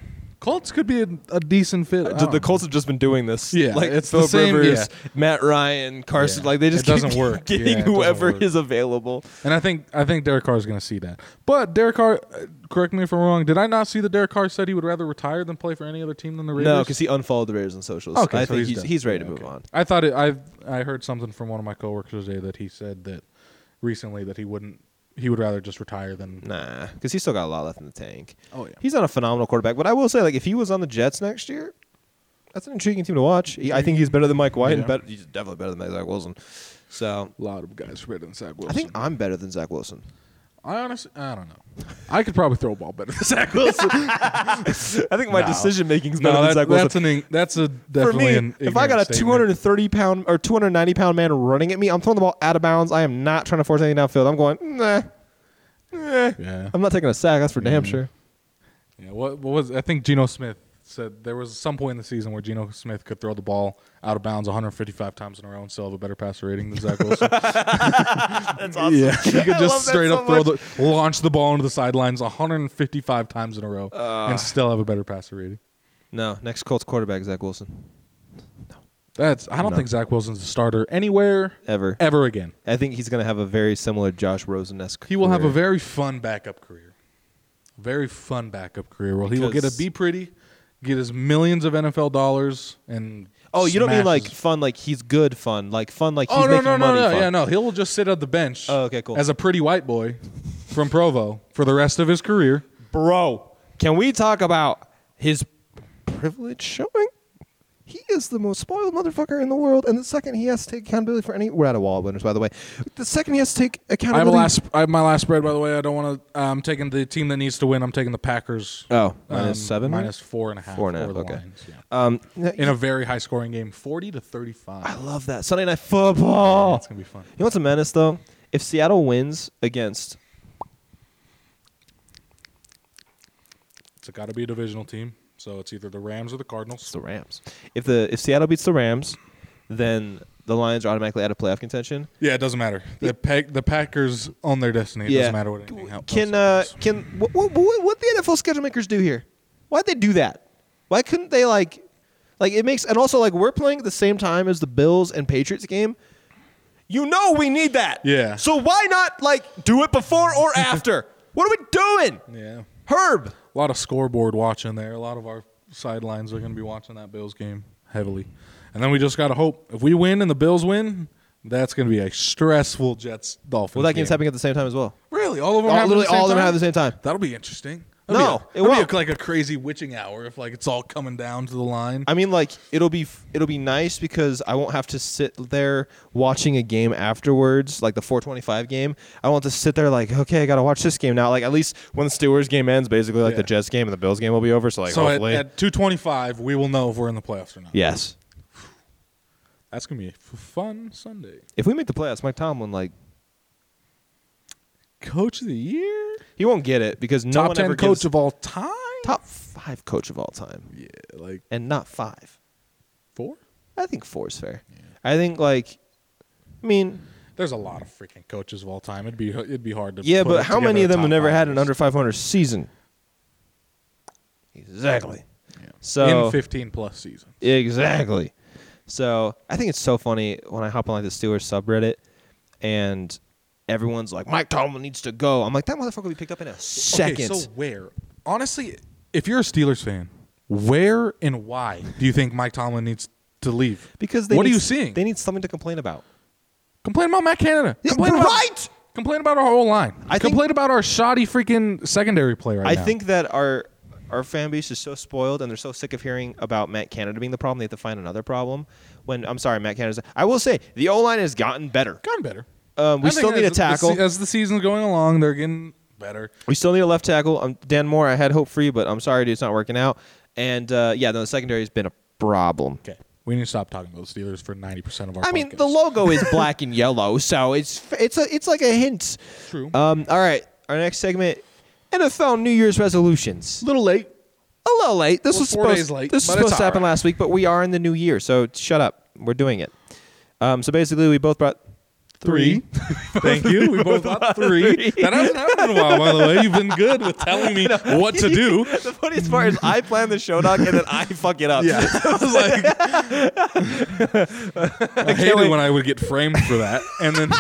S3: Colts could be a, a decent fit. I don't
S7: Uh, the
S3: know.
S7: Colts have just been doing this.
S3: Oh. Yeah,
S7: like
S3: it's the
S7: Philip
S3: same-
S7: Rivers,
S3: yeah.
S7: Matt Ryan, Carson.
S3: Yeah.
S7: Like they just
S3: It
S7: keep
S3: doesn't work.
S7: getting
S3: Yeah, it doesn't
S7: whoever
S3: work.
S7: is available.
S3: and I think I think Derek Carr is going to see that. But Derek Carr, uh, correct me if I'm wrong. Did I not see that Derek Carr said he would rather retire than play for any other team than the Raiders?
S7: No, because he unfollowed the Raiders on socials.
S3: Okay,
S7: I
S3: so
S7: think
S3: he's
S7: he's, he's,
S3: done.
S7: ready to
S3: Yeah,
S7: move
S3: okay.
S7: on.
S3: I thought it, I I heard something from one of my coworkers today that he said that recently that he wouldn't he would rather just retire than
S7: Nah, because he's still got a lot left in the tank.
S3: Oh, yeah.
S7: he's not a phenomenal quarterback. But I will say, like, if he was on the Jets next year, that's an intriguing team to watch. He- I think he's better than Mike White, and
S3: Yeah.
S7: better, he's definitely better than Zach Wilson. So
S3: a lot of guys better than Zach
S7: I
S3: Wilson.
S7: think I'm better than Zach Wilson.
S3: I honestly I don't know. I could probably throw a ball better than [laughs] Zach Wilson.
S7: [laughs] I think my
S3: No.
S7: decision making is better
S3: no,
S7: than
S3: that-
S7: Zach Wilson.
S3: that's an ing- that's a
S7: for
S3: definitely
S7: me,
S3: an
S7: if I got
S3: ignorant
S7: a
S3: statement.
S7: 230 pound or 290 pound man running at me, I'm throwing the ball out of bounds. I am not trying to force anything downfield. I'm going, nah. Eh.
S3: Yeah. Mm-hmm.
S7: I'm not taking a sack. That's for damn sure.
S3: Yeah, what, what was I think Geno Smith said there was some point in the season where Geno Smith could throw the ball out of bounds 155 times in a row and still have a better passer rating than Zach Wilson.
S7: [laughs]
S3: That's awesome. [laughs] Yeah, he could just straight up throw the launch the ball into the sidelines 155 times in a row
S7: Uh.
S3: and still have a better passer rating.
S7: No, next Colts quarterback Zach Wilson.
S3: That's I don't
S7: No.
S3: think Zach Wilson's a starter anywhere
S7: Ever.
S3: ever again.
S7: I think he's going to have a very similar Josh Rosen esque.
S3: He will have a very fun backup career. Very fun backup career. Well, he will get a
S7: Because-
S3: be pretty, get his millions of NFL dollars, and
S7: Oh, you don't mean
S3: smash
S7: like
S3: his-
S7: fun, like he's good fun, like fun, like he's
S3: oh no
S7: making
S3: no no
S7: money.
S3: no
S7: fun.
S3: yeah no he'll just sit at the bench.
S7: Oh, okay, cool.
S3: As a pretty white boy from Provo for the rest of his career.
S7: Bro, can we talk about his privilege showing? He is the most spoiled motherfucker in the world, and the second he has to take accountability for any, we're out of wall winners, by the way. The second he has to take
S3: I have a
S7: accountability,
S3: last. I have my last spread. By the way, I don't want to. I'm taking the team that needs to win. I'm taking the Packers.
S7: Oh, minus
S3: um,
S7: seven,
S3: minus four and a half.
S7: Four and a half,
S3: over the
S7: okay.
S3: Lions, yeah.
S7: Um,
S3: In a very high scoring game, forty to thirty
S7: I
S3: five.
S7: love that Sunday night football.
S3: That's gonna be fun.
S7: You know what's a menace though? If Seattle wins against,
S3: It's got to be a divisional team, so it's either the Rams or the Cardinals.
S7: it's the Rams. If the if Seattle beats the Rams, then the Lions are automatically out of playoff contention.
S3: Yeah, it doesn't matter. The pack, the Packers own their destiny. It doesn't matter what anything else
S7: Can uh,
S3: happens.
S7: can what, what what the NFL schedule makers do here? Why'd they do that? Why couldn't they like like it makes and also like we're playing at the same time as the Bills and Patriots game. You know we need that.
S3: Yeah.
S7: So why not like do it before or
S3: [laughs]
S7: after? what are we doing?
S3: yeah,
S7: Herb.
S3: a lot of scoreboard watching there. A lot of our sidelines are going to be watching that Bills game heavily, and then we just got to hope if we win and the Bills win, that's going to be a stressful Jets Dolphins.
S7: Well, that game's
S3: game.
S7: happening at the same time as well.
S3: Really, all of them
S7: All-
S3: happen
S7: literally
S3: at the same
S7: all of them
S3: time?
S7: happen at the same time.
S3: That'll be interesting.
S7: No,
S3: That'll be a-
S7: it
S3: that'll
S7: won't.
S3: Be a, like a crazy witching hour if like it's all coming down to the line.
S7: I mean, like it'll be it'll be nice because I won't have to sit there watching a game afterwards, like the 4:25 game. I won't have to sit there like, okay, I gotta watch this game now. Like at least when the Steelers game ends, basically like
S3: Yeah.
S7: the Jets game and the Bills game will be over. So like
S3: so at,
S7: hopefully,
S3: at 225, we will know if we're in the playoffs or not.
S7: yes.
S3: That's gonna be a f- fun Sunday.
S7: If we make the playoffs, Mike Tomlin like
S3: Coach of the year,
S7: he won't get it because no
S3: top
S7: one
S3: ten
S7: ever
S3: coach
S7: gives
S3: of all time,
S7: [laughs] top five coach of all time,
S3: yeah, like
S7: and not five.
S3: four.
S7: I think four is fair. I think like, I mean,
S3: There's a lot of freaking coaches of all time. It'd be it'd be hard to
S7: Yeah,
S3: put
S7: but
S3: it
S7: how many
S3: together
S7: of them
S3: top
S7: have never
S3: five
S7: had an
S3: list.
S7: under 500 season? Exactly.
S3: in
S7: So
S3: 15 plus season?
S7: exactly. So I think it's so funny when I hop on like the Steelers subreddit and everyone's like, Mike Tomlin needs to go. I'm like, that motherfucker will be picked up in a second.
S3: Okay, so where? Honestly, if you're a Steelers fan, where and why do you think Mike Tomlin needs to leave?
S7: because they
S3: what
S7: need,
S3: are you seeing?
S7: They need something to complain about.
S3: complain about Matt Canada.
S7: Yeah,
S3: Complain about-
S7: right!
S3: complain about our whole line.
S7: I think-
S3: complain about our shoddy freaking secondary play right
S7: I
S3: now.
S7: think that our our fan base is so spoiled and they're so sick of hearing about Matt Canada being the problem. They have to find another problem. When I'm sorry, Matt Canada's. I will say the O line has gotten better.
S3: gotten better.
S7: Um, we
S3: I think
S7: still need
S3: as
S7: a
S3: the- the se-
S7: tackle.
S3: as the season's going along. They're getting better.
S7: We still need a left tackle. Um, Dan Moore, I had hope for you, but I'm sorry, dude, it's not working out. And uh, yeah, no, the secondary has been a problem.
S3: Okay, we need to stop talking about the Steelers for 90 percent of our.
S7: I mean,
S3: podcast.
S7: the logo is black and yellow, so it's it's a, it's like a hint.
S3: True.
S7: Um, all right, our next segment, NFL New Year's resolutions.
S3: little late.
S7: A little late. This
S3: We're
S7: was
S3: four
S7: supposed,
S3: days late,
S7: this was
S3: but it's
S7: supposed to happen
S3: all right.
S7: last week, but we are in the new year, so shut up. We're doing it. Um, so basically, we both brought
S3: Three. [laughs] Thank you. We both got three. That hasn't happened in a while, by the way. You've been good with telling
S7: [laughs]
S3: me what to do.
S7: [laughs] The funniest part is I plan the show doc and then I fuck it up.
S3: Yeah. [laughs] I was
S7: [laughs]
S3: like, I hated when I would get framed for that. And
S7: [laughs]
S3: then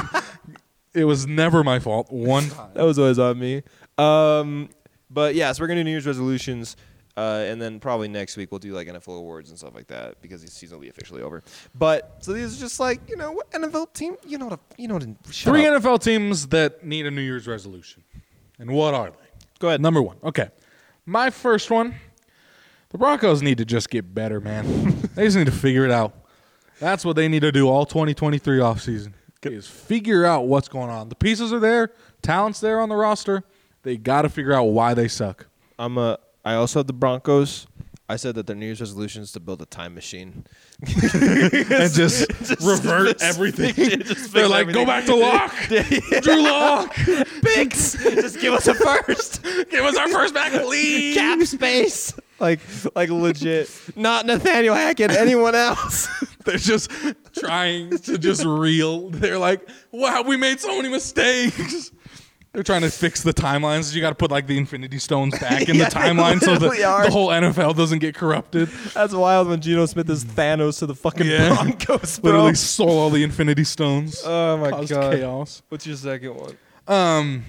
S3: it was never my fault one time.
S7: That was always on me. Um, but yeah, so we're gonna do New Year's resolutions, uh, and then probably next week we'll do like NFL awards and stuff like that because the season will be officially over. But so these are just like you know what NFL team you know what a, you know what a, shut
S3: Three
S7: up.
S3: NFL teams that need a New Year's resolution. And what are they?
S7: Go ahead.
S3: Number one. Okay. My first one the Broncos need to just get better, man. [laughs] they just need to figure it out. That's what they need to do all 2023 offseason is figure out what's going on. The pieces are there, talent's there on the roster. They got to figure out why they suck.
S7: I'm a. I also have the Broncos. I said that their New Year's resolution is to build a time machine.
S3: [laughs] and
S7: [laughs]
S3: just, revert everything. They're like, go back to [laughs] lock. Drew Lock.
S7: [laughs] Bix, just give us a
S3: [laughs]
S7: first.
S3: Give us our first back, please.
S7: Cap space. [laughs] Like, like legit. Not Nathaniel Hackett. Anyone else? [laughs]
S3: They're just [laughs] trying to just reel. They're like, wow, we made so many mistakes. They're trying to fix the timelines. You got to put like the Infinity Stones [laughs] back in
S7: Yeah,
S3: the
S7: they
S3: timeline so that
S7: literally are.
S3: the whole NFL doesn't get corrupted.
S7: That's wild when Geno Smith is Thanos to the fucking
S3: Yeah.
S7: Broncos, bro.
S3: Literally stole all the Infinity Stones.
S7: Oh my
S3: Caused
S7: God.
S3: Chaos.
S7: What's your second one?
S3: Um,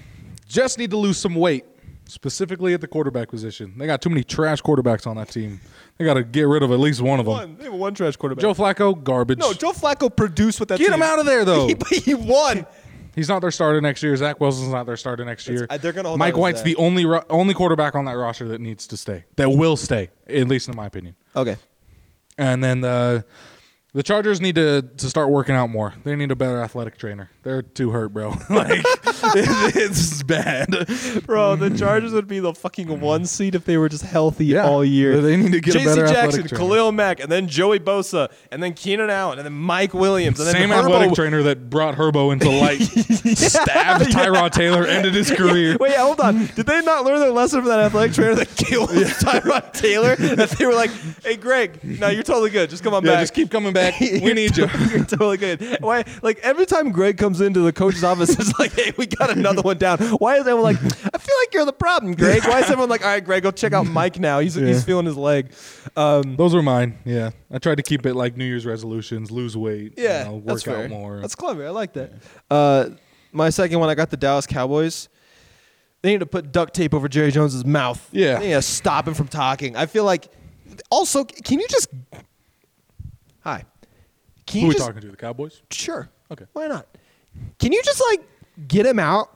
S3: just need to lose some weight, specifically at the quarterback position. They got too many trash quarterbacks on that team. They got to get rid of at least one of them.
S7: One. They have one trash quarterback.
S3: Joe Flacco, garbage.
S7: no, Joe Flacco produced with that.
S3: Get
S7: team.
S3: him out of there, though.
S7: [laughs] He, but he won.
S3: He's not their starter next year. Zach Wilson's not their starter next year.
S7: uh, they're gonna hold on
S3: Mike
S7: to
S3: White's
S7: Zach.
S3: the only ro- only quarterback on that roster that needs to stay. That will stay, at least in my opinion.
S7: Okay.
S3: And then the the Chargers need to to start working out more. They need a better athletic trainer. They're too hurt, bro. [laughs] like it, it's bad.
S7: Bro, the Chargers would be the fucking one seed if they were just healthy all year.
S3: They need to get a
S7: JC
S3: better athletic
S7: Jackson,
S3: trainer.
S7: Khalil Mack, and then Joey Bosa, and then Keenan Allen, and then Mike Williams, and then
S3: Same
S7: Herbo.
S3: athletic trainer that brought Herbo into
S7: [laughs]
S3: light, stabbed Tyrod Taylor, ended his career.
S7: Wait, hold on. Did they not learn their lesson from that athletic
S3: [laughs]
S7: trainer that killed Tyrod Taylor? That they were like, "Hey, Greg, no, you're totally good. Just come on
S3: yeah,
S7: back.
S3: just keep coming Beck. We need you.
S7: [laughs] You're totally good. Why? Like every time Greg comes into the coach's office, [laughs] it's like, hey, we got another one down. Why is everyone like? I feel like you're the problem, Greg. Why is everyone like, all right, Greg, go check out Mike now. He's
S3: Yeah.
S7: he's feeling his leg. Um,
S3: Those were mine. Yeah, I tried to keep it like New Year's resolutions: lose weight, you
S7: yeah,
S3: know, work
S7: that's
S3: out
S7: fair.
S3: more.
S7: That's clever. I like that. Uh, my second one, I got the Dallas Cowboys. They need to put duct tape over Jerry Jones's mouth.
S3: Yeah.
S7: They need to stop him from talking. I feel like. Also, can you just? Hi.
S3: Who
S7: Can you
S3: we
S7: just
S3: talking to? The Cowboys.
S7: Sure.
S3: Okay.
S7: Why not? Can you just like get him out?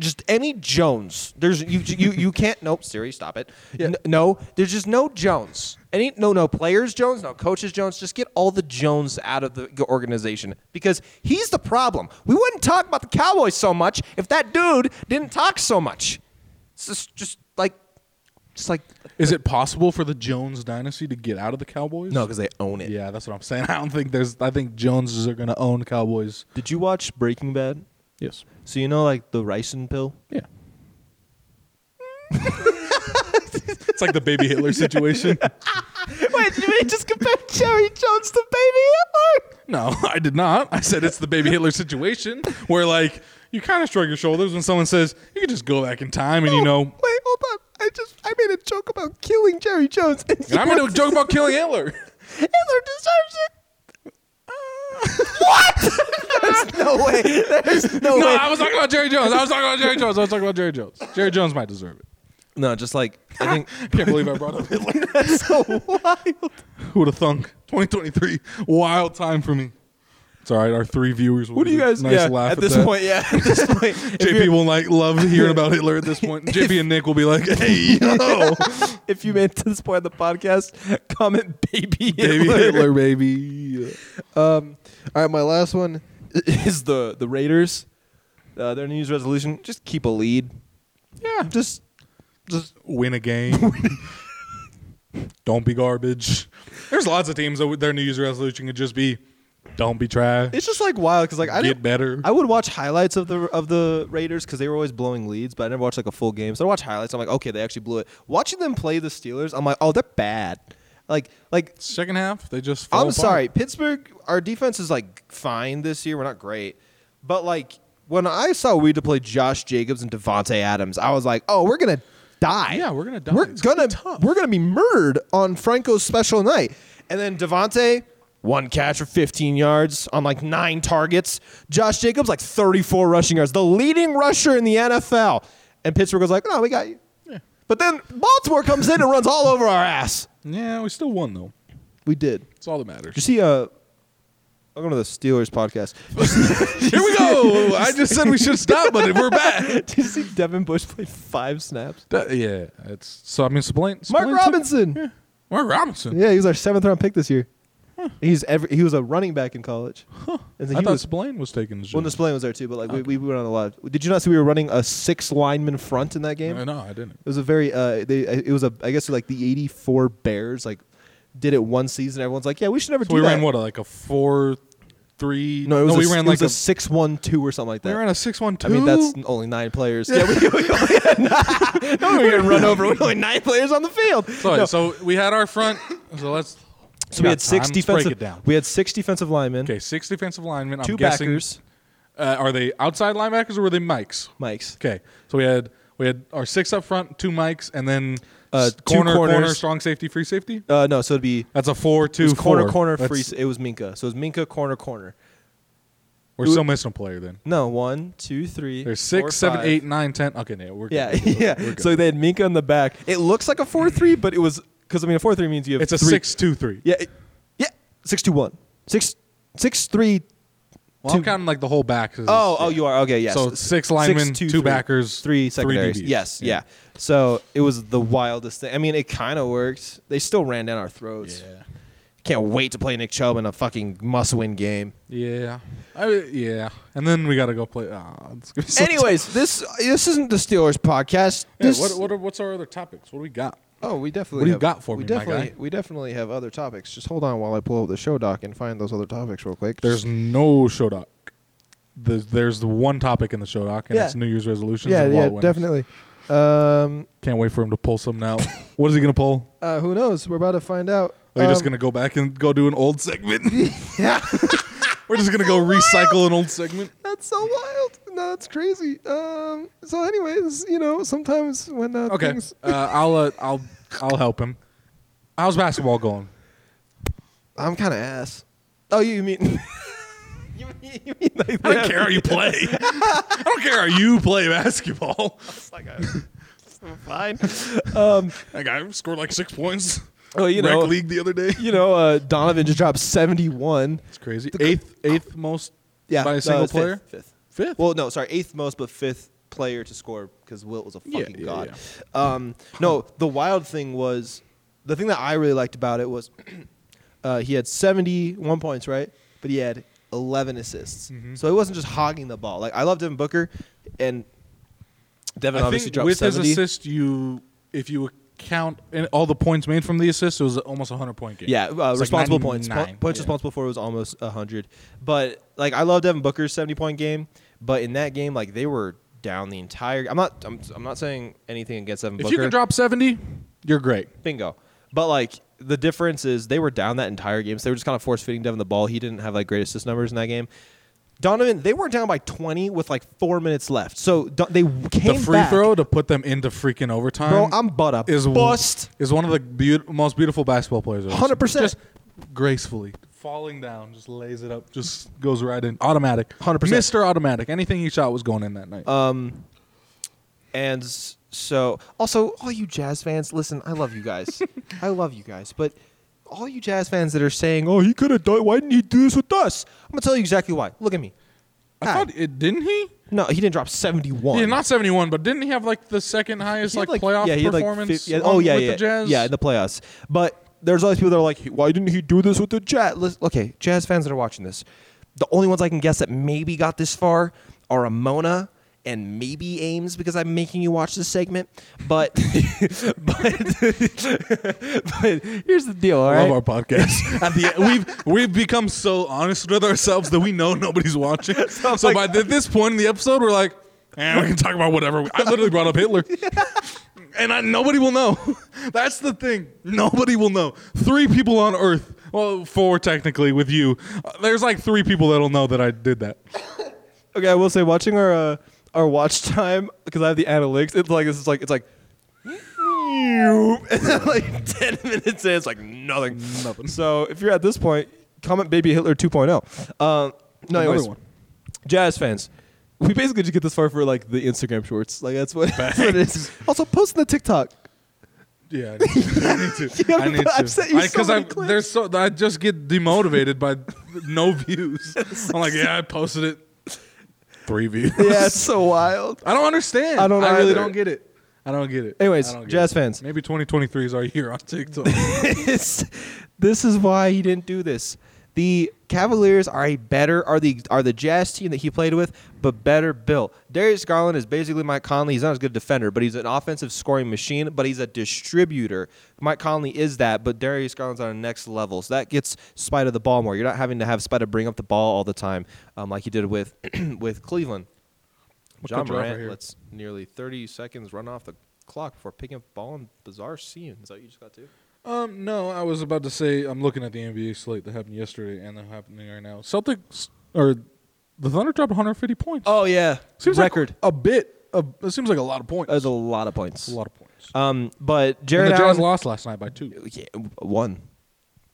S7: Just any Jones. There's you you you can't. Nope. Siri, stop it. N- no, there's just no Jones. Any no no players Jones, no coaches Jones. Just get all the Jones out of the g- organization because he's the problem. We wouldn't talk about the Cowboys so much if that dude didn't talk so much. It's just just like just like
S3: Is it possible for the Jones dynasty to get out of the Cowboys?
S7: no, because they own it.
S3: Yeah, that's what I'm saying. [laughs] I don't think there's. I think Joneses are going to own Cowboys.
S7: Did you watch Breaking Bad?
S3: Yes.
S7: So you know like the ricin pill.
S3: Yeah. it's like the baby Hitler situation.
S7: Wait, did we just compare Jerry Jones to Baby
S3: [laughs] No, I did not. I said it's the baby Hitler situation where like you kind of shrug your shoulders when someone says you can just go back in time and you know.
S7: Wait, hold on. I just I made a joke about killing Jerry Jones, and,
S3: And I made a joke about killing [laughs] Hitler.
S7: Hitler deserves it. what? There's no way. There's no,
S3: No,
S7: way.
S3: I was talking about Jerry Jones. I was talking about Jerry Jones. I was talking about Jerry Jones. Jerry Jones might deserve it.
S7: No, just like I think.
S3: Can't believe I brought up Hitler.
S7: [laughs] That's so wild.
S3: Who would have thunk? 2023, wild time for me. It's all right. Our three viewers. Will
S7: What do you
S3: get a
S7: guys?
S3: Nice
S7: yeah,
S3: laugh
S7: at,
S3: at,
S7: this
S3: that.
S7: point, yeah. At this point, [laughs] if
S3: JP
S7: you're-
S3: will like love hearing about Hitler at this point. [laughs] JP and Nick will be like, "Hey, [laughs] yo,
S7: [laughs] if you made it to this point of the podcast, comment baby
S3: baby Hitler,
S7: [laughs]
S3: baby."
S7: Um, all right, my last one [laughs] is the the Raiders. Uh, their New Year's resolution: just keep a lead. Yeah, just
S3: Just win a game. [laughs] don't be garbage. There's lots of teams that with their New Year's resolution could just be, "Don't be trash."
S7: it's just like wild because like I
S3: Get
S7: didn't-
S3: better.
S7: I would watch highlights of the of the Raiders because they were always blowing leads, but I never watched like a full game. So I watch highlights. I'm like, okay, they actually blew it. Watching them play the Steelers, I'm like, oh, they're bad. Like like
S3: Second half, they just. fall
S7: I'm
S3: apart.
S7: sorry, Pittsburgh. Our defense is like fine this year. We're not great, but like when I saw we had to play Josh Jacobs and Devonte Adams, I was like, oh, we're gonna die.
S3: Yeah, we're gonna die.
S7: We're
S3: It's
S7: gonna we're gonna be murdered on Franco's special night. And then Devonte. One catch for 15 yards on like nine targets. Josh Jacobs, like 34 rushing yards, the leading rusher in the NFL. And Pittsburgh was like, no, we got you. But then Baltimore comes in and runs all over our ass.
S3: Yeah, we still won though.
S7: We did.
S3: It's all that matters.
S7: Did you [laughs] see? Uh, welcome to the Steelers [laughs] podcast.
S3: Here we go. I just said we should stop, but we're
S7: [laughs]
S3: back.
S7: Did you see Devin Bush play five snaps?
S3: yeah, it's so. I mean, Spillane,
S7: Mark
S3: Spillane took-
S7: Robinson. Yeah.
S3: Mark Robinson.
S7: he was our seventh round pick this year. He's every, he was a running back in college. Huh. And then
S3: I
S7: he
S3: thought
S7: was,
S3: Spillane was taking the show.
S7: well, Spillane was there too, but like we, we went on a lot. Of, did you not see we were running a six lineman front in that game?
S3: no, no, I didn't.
S7: It was a very uh, they it was a I guess like the '84 Bears like did it one season. Everyone's like, yeah, we should never
S3: So
S7: do
S3: we
S7: that.
S3: ran what like a four, three.
S7: No, it was a,
S3: we ran like
S7: a, six one two or something like that.
S3: we ran a six one two.
S7: I mean, that's
S3: [laughs]
S7: only nine players. Yeah, we, we only had [laughs] nine. No, we didn't run over. We only had nine players on the field.
S3: Sorry,
S7: No.
S3: so we had our front. So let's.
S7: [laughs] So we had six
S3: time. Let's
S7: defensive.
S3: Break it down.
S7: We had six defensive linemen.
S3: okay, six defensive linemen. I'm
S7: two
S3: guessing,
S7: backers.
S3: Uh, are they outside linebackers or were they mics?
S7: Mike's.
S3: Okay, so we had we had our six up front, two mics, and then
S7: Uh,
S3: s-
S7: two
S3: corner, corner,
S7: corners.
S3: strong safety, free safety.
S7: Uh, no, so it'd be
S3: That's a four,
S7: it
S3: two,
S7: was corner,
S3: four.
S7: corner,
S3: That's-
S7: free. s- It was Minka. So it was Minka, corner, corner.
S3: We're still missing a player then.
S7: No, one, two, three.
S3: There's
S7: four,
S3: six, seven,
S7: five.
S3: eight, nine, ten. Okay, yeah, we're good.
S7: Yeah, [laughs]
S3: We're good. We're
S7: yeah.
S3: good.
S7: So they had Minka in the back. It looks like a four three, but it was because I mean a four three means you have
S3: it's a
S7: three-
S3: six, two, three.
S7: Yeah, it- yeah, six two one, six six three
S3: well, I'm
S7: two-
S3: counting like the whole back. 'cause
S7: Oh,
S3: it's-
S7: oh, you are okay. Yes.
S3: So six linemen, two
S7: three-
S3: backers,
S7: three
S3: three
S7: secondaries.
S3: DBs.
S7: yes, yeah.
S3: Yeah.
S7: So it was the wildest thing. I mean, it kind of worked. They still ran down our throats.
S3: Yeah.
S7: Can't wait to play Nick Chubb in a fucking must-win game.
S3: Yeah, I, yeah, and then we gotta go play. ah, it's gonna be [laughs] so
S7: Anyways, this this isn't the Steelers podcast.
S3: [laughs] Yeah,
S7: This,
S3: what, what are, what's our other topics? What do we got?
S7: oh, we definitely.
S3: what do you
S7: have-
S3: got for
S7: we
S3: me, my
S7: Definitely,
S3: guy?
S7: we definitely have other topics. Just hold on while I pull up the show doc and find those other topics real quick.
S3: There's no show doc. There's, there's the one topic in the show doc, and
S7: Yeah.
S3: it's New Year's resolutions.
S7: yeah,
S3: and
S7: yeah,
S3: winners.
S7: definitely. Um,
S3: Can't wait for him to pull something out. [laughs] what is he gonna pull?
S7: uh, who knows? We're about to find out.
S3: We're just gonna go back and go do an old segment. [laughs]
S7: [laughs]
S3: yeah, we're just gonna go recycle an old segment.
S7: That's so wild. No, that's crazy. Um, so, anyways, you know, sometimes when uh,
S3: Okay,
S7: things,
S3: uh, I'll uh, I'll I'll help him. How's basketball going?
S7: I'm kind of ass. Oh, you mean? [laughs] you mean, you mean like
S3: I don't care how you [laughs] play. I don't care how you play basketball.
S6: [laughs]
S7: [laughs] fine?
S3: That guy scored like six points.
S7: Oh, you
S3: Rec
S7: know,
S3: league the other day.
S7: you know, uh, Donovan just dropped 71.
S3: It's crazy. Eighth eighth most
S7: Yeah,
S3: by
S7: no,
S3: a single
S7: fifth,
S3: player.
S7: Fifth.
S3: Fifth.
S7: Well, no, sorry, eighth most, but fifth player to score because Wilt was a
S3: Yeah,
S7: fucking
S3: yeah,
S7: god. Um, no, the wild thing was the thing that I really liked about it was [clears throat] uh, he had 71 points, right? But he had 11 assists,
S3: Mm-hmm.
S7: so he wasn't just hogging the ball. Like I love Devin Booker, and Devin
S3: I
S7: obviously
S3: think
S7: dropped
S3: with
S7: 70.
S3: his assist, you if you count in all the points made from the assist, it was almost a hundred point game.
S7: Yeah,
S3: It's
S7: uh,
S3: like
S7: responsible points. Po-
S3: 99.
S7: Points
S3: Yeah.
S7: responsible for was almost hundred. But like, I love Devin Booker's seventy-point game. But in that game, like they were down the entire. I'm not. I'm, I'm not saying anything against Devin
S3: If
S7: Booker.
S3: you can drop seventy, you're great.
S7: bingo. But like the difference is they were down that entire game, so they were just kind of force feeding Devin the ball. He didn't have like great assist numbers in that game. Donovan, they were down by twenty with like four minutes left, so Don- they came
S3: the free
S7: back.
S3: throw to put them into freaking overtime.
S7: Bro, I'm butt up.
S3: Is
S7: Bust.
S3: is one of the beau- most beautiful basketball players. I've ever seen.
S7: 100%.
S3: Just gracefully falling down, just lays it up, just goes right in. Automatic.
S7: 100%.
S3: Mister Automatic. Anything he shot was going in that night.
S7: Uh, And s- so, also, all you jazz fans, listen, I love
S3: [laughs]
S7: you guys. I love you guys. But all you jazz fans that are saying, oh, he could have done, why didn't he do this with us? I'm going to tell you exactly why. Look at me.
S3: I
S7: ah.
S3: thought it didn't he?
S7: No, he didn't drop 71.
S3: Yeah, not seventy one, but didn't he have like the second highest
S7: He had,
S3: like, playoff
S7: yeah, he had, like,
S3: performance?
S7: fif- yeah,
S3: on-
S7: oh, yeah,
S3: with
S7: yeah.
S3: The Jazz?
S7: Yeah, in the playoffs. But there's always people that are like, why didn't he do this with the Jazz? Lis- okay, jazz fans that are watching this, the only ones I can guess that maybe got this far are Amona and maybe Ames because I'm making you watch this segment. But, [laughs] but, but here's the deal, all
S3: I
S7: right?
S3: love our podcast. [laughs] At the end, we've we've become so honest with ourselves that we know nobody's watching. [laughs] So, by th- this point in the episode, we're like, eh, we can talk about whatever. I literally brought up [laughs] Hitler, and I, nobody will know. [laughs] That's the thing. Nobody will know. Three people on Earth. Well, four technically with you. Uh, There's like three people that'll know that I did that.
S7: Okay, I will say watching our uh, our watch time because I have the analytics. It's like this is like it's like. [laughs] And then like [laughs] 10 minutes in, it's like nothing. Nothing. So if you're at this point, comment Baby Hitler 2.0. Um, no,
S3: Another
S7: anyways,
S3: one.
S7: Jazz fans, we basically just get this far for like the Instagram shorts. Like that's what, [laughs] that's what it is. Also, post on the TikTok. [laughs]
S3: Yeah, I need to. I need to.
S7: Yeah,
S3: I need
S7: I've sent you
S3: I-
S7: so many
S3: I-
S7: clips.
S3: there's so I just get demotivated by no
S7: [laughs]
S3: views. I'm like, yeah, I posted it. Three views.
S7: Yeah, it's so wild.
S3: [laughs] I don't understand.
S7: I don't
S3: I really
S7: either.
S3: don't get it. I don't get it.
S7: Anyways,
S3: I don't get
S7: Jazz
S3: it.
S7: fans.
S3: Maybe 2023 is our year on
S7: [laughs]
S3: TikTok.
S7: this, this is why he didn't do this. The Cavaliers are a better are the are the Jazz team that he played with, but better built. Darius Garland is basically Mike Conley. He's not as good a defender, but he's an offensive scoring machine. But he's a distributor. Mike Conley is that, but Darius Garland's on a next level. So that gets Spider the ball more. You're not having to have Spider bring up the ball all the time, um, like he did with [clears throat] with Cleveland. John
S3: cut you off right
S7: Morant
S3: here.
S7: lets nearly 30 seconds run off the clock before picking up ball in bizarre scene. Is that what you just got to?
S3: um, no, I was about to say I'm looking at the NBA slate that happened yesterday and they're happening right now. Celtics or the Thunder dropped 150 points.
S7: Oh yeah,
S3: seems
S7: record.
S3: like a bit. Of, it seems like a lot of points.
S7: that was a lot of points.
S3: a lot of points.
S7: Um, but
S3: And
S7: Jared
S3: the Jazz
S7: Allen
S3: lost last night by two.
S7: Yeah, one.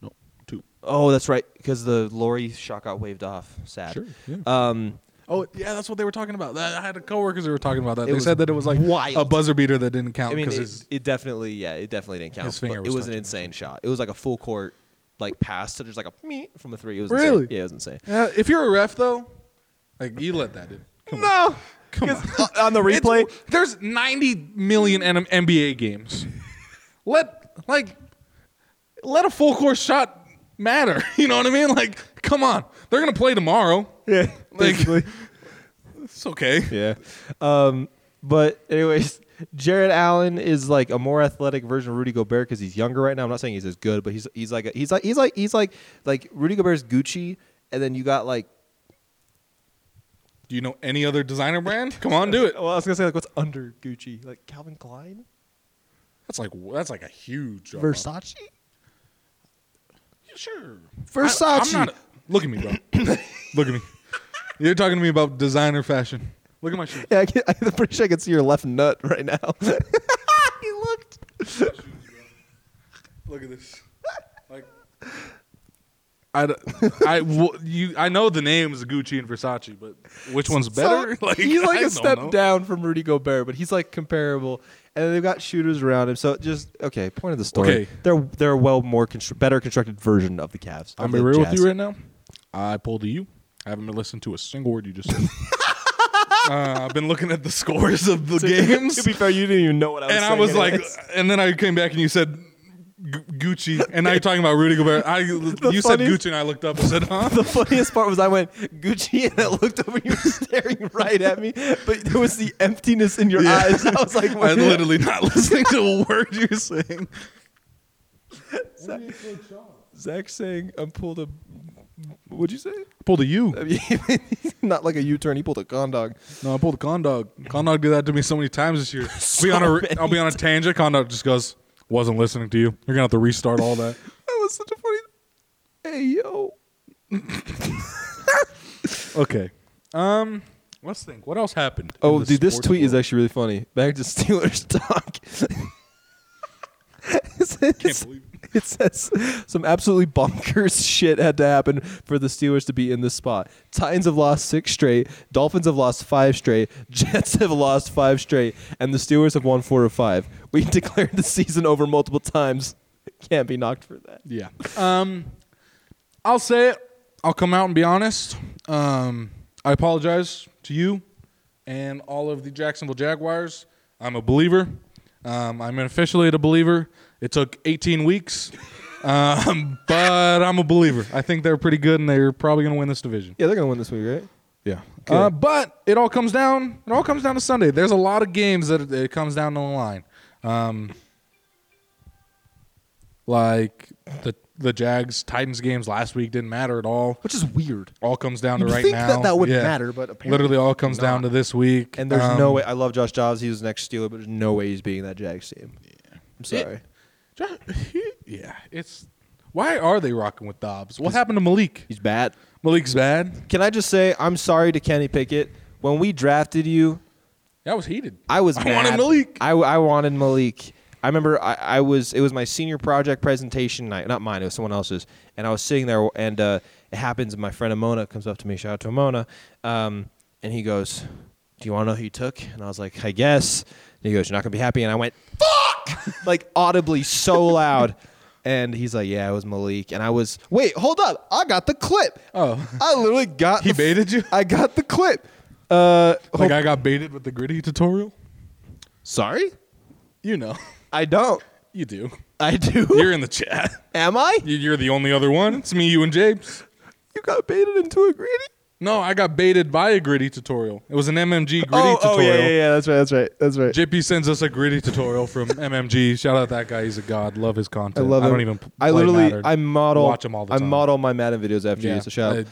S3: No, two.
S7: Oh, that's right, because the Lori shot got waved off. Sad.
S3: Sure, yeah.
S7: Um,
S3: Oh yeah, that's what they were talking about. That- I had a coworkers that were talking about that. They
S7: was
S3: said that it was like
S7: wild.
S3: a buzzer beater that didn't count
S7: I mean,
S3: because
S7: it,
S3: Oh, his
S7: it definitely, yeah, it definitely didn't count.
S3: His finger
S7: but
S3: was
S7: it was an
S3: touching.
S7: insane shot. It was like a full court like pass to just like a me from a three. It was
S3: Really?
S7: insane. yeah, it was insane.
S3: Yeah, Uh, if you're a ref though, like you let that in. Come on.
S7: No,
S3: Come on.
S7: [laughs] on. the replay.
S3: It's- there's 90 million N- NBA games. let like let a full course shot matter. [laughs] You know what I mean? Like, come on, they're gonna play tomorrow. [laughs]
S7: yeah,
S3: basically. It's okay.
S7: yeah. Um, but anyways, Jared Allen is like a more athletic version of Rudy Gobert because he's younger right now. I'm not saying he's as good, but he's he's like a, he's like he's like he's like like Rudy Gobert's Gucci, and then you got like
S3: Do you know any other designer brand? Come on, do it.
S7: well, I was gonna say like what's under Gucci, like Calvin Klein,
S3: That's like that's like a huge drop off.
S7: Versace.
S3: Sure.
S7: Versace.
S3: I, am not, look at me, bro. [coughs] look at me. You're talking to me about designer fashion. Look at my shoes.
S7: [laughs] Yeah, I can, [laughs] I'm pretty sure I can see your left nut right now. [laughs] he looked.
S3: Look at this. Like, I, [laughs] d- I, w- you, I know the names Gucci and Versace, but which one's better? [laughs]
S7: So, he's like
S3: I
S7: a
S3: don't
S7: step
S3: know.
S7: down from Rudy Gobert, but he's like comparable. And they've got shooters around him, so it just okay. Point of the story,
S3: Okay.
S7: they're they're a well more constru- better constructed version of the Cavs.
S3: I'm gonna
S7: of the
S3: be real with
S7: Jazz.
S3: you right now. I pulled a U. I haven't been listening to a single word you just said. [laughs] uh, I've been looking at the scores of [laughs] the
S7: [laughs]
S3: games.
S7: to be fair, you didn't even know what I was
S3: and I
S7: saying
S3: was like,
S7: anyways.
S3: and then I came back and you said Gu- Gucci, and now you're talking about Rudy Gobert.
S7: [laughs]
S3: I, you said
S7: funniest-
S3: Gucci, and I looked up and said, huh?
S7: the funniest part was I went Gucci, and I looked over, you were staring right at me, but there was the emptiness in your
S3: Yeah.
S7: eyes. I
S3: [laughs]
S7: was like,
S3: I'm literally not listening to a word you're saying.
S7: Zach saying I pulled a. What'd you say? [laughs]
S3: Pulled a U.
S7: I mean, not like a U-turn. He pulled a condog.
S3: No, I pulled a condog. Condog did that to me so many times
S7: [laughs]
S3: this year. be on a, I'll be on a tangent. Condog just goes, wasn't listening to you. You're gonna have to restart all
S7: [laughs]
S3: that.
S7: That was such a funny. Hey yo.
S3: okay. Um, let's think. What else happened? in
S7: Oh,
S3: the
S7: dude, this
S3: sports
S7: tweet is
S3: world?
S7: actually really funny. Back to Steelers [laughs] talk. it, says,
S3: believe
S7: [laughs] it says some absolutely bonkers [laughs] shit had to happen for the Steelers to be in this spot. Titans have lost six straight. Dolphins have lost five straight. [laughs] Jets have lost five straight, and the Steelers have won four of five. We [laughs] declared the season over multiple times. [laughs] Can't be knocked for that.
S3: Yeah. Um, I'll say it. I'll come out and be honest. Um, I apologize to you and all of the Jacksonville Jaguars. I'm a believer. Um, I'm officially a believer. It took 18 weeks, um, but I'm a believer. I think they're pretty good, and they're probably going to win this division.
S7: Yeah, they're gonna win this week, right?
S3: Yeah. Uh, but it all comes down. It all comes down to Sunday. There's a lot of games that it- it comes down to the line. Um, like the the Jags Titans games last week didn't matter at all.
S7: Which is weird.
S3: All comes down to
S7: You'd
S3: right
S7: think
S3: now.
S7: that that would
S3: Yeah.
S7: matter, but apparently
S3: literally all comes down to this week.
S7: And there's
S3: Um,
S7: no way. I love Josh Jobs. He was the next Steeler, but there's no way he's beating that Jags team. I'm sorry.
S3: Yeah, it's why are they rocking with Dobbs? What happened to Malik?
S7: he's bad.
S3: Malik's bad.
S7: Can I just say I'm sorry to Kenny Pickett. When we drafted you,
S3: That was heated.
S7: I was
S3: I
S7: mad.
S3: wanted Malik.
S7: I, I wanted Malik. I remember I, I was it was my senior project presentation night, not mine. It was someone else's, and I was sitting there, and uh, it happens. And my friend Amona comes up to me. Shout out to Amona, um, and he goes, "Do you want to know who you took?" And I was like, "I guess." And he goes, "You're not gonna be happy." And I went, "Fuck!" [laughs] like audibly, so loud. And he's like, "Yeah, it was Malik." And I was, "Wait, hold up! I got the clip.
S3: Oh.
S7: I literally got
S3: He
S7: the-
S3: baited you?
S7: I got the clip. Uh,
S3: Like
S7: hope-
S3: I got baited with the gritty tutorial.
S7: sorry,
S3: You
S7: [laughs]
S3: know,
S7: I don't.
S3: you do.
S7: I do.
S3: You're in the chat.
S7: [laughs] Am I?
S3: You- You're the only other one. It's me, you, and James.
S7: You got baited into a greedy?
S3: No, I got baited by a gritty tutorial. It was an MMG gritty tutorial.
S7: Oh, yeah. That's right. That's right. That's right.
S3: JP sends us a gritty tutorial
S7: [laughs]
S3: from MMG. Shout out that guy. He's a god. Love his
S7: I
S3: content.
S7: love it.
S3: I don't even. p-
S7: I
S3: play
S7: literally.
S3: Matter.
S7: I model.
S3: Watch him all the
S7: I
S3: time.
S7: model my Madden videos after
S3: Yeah.
S7: you. So shout Um, out.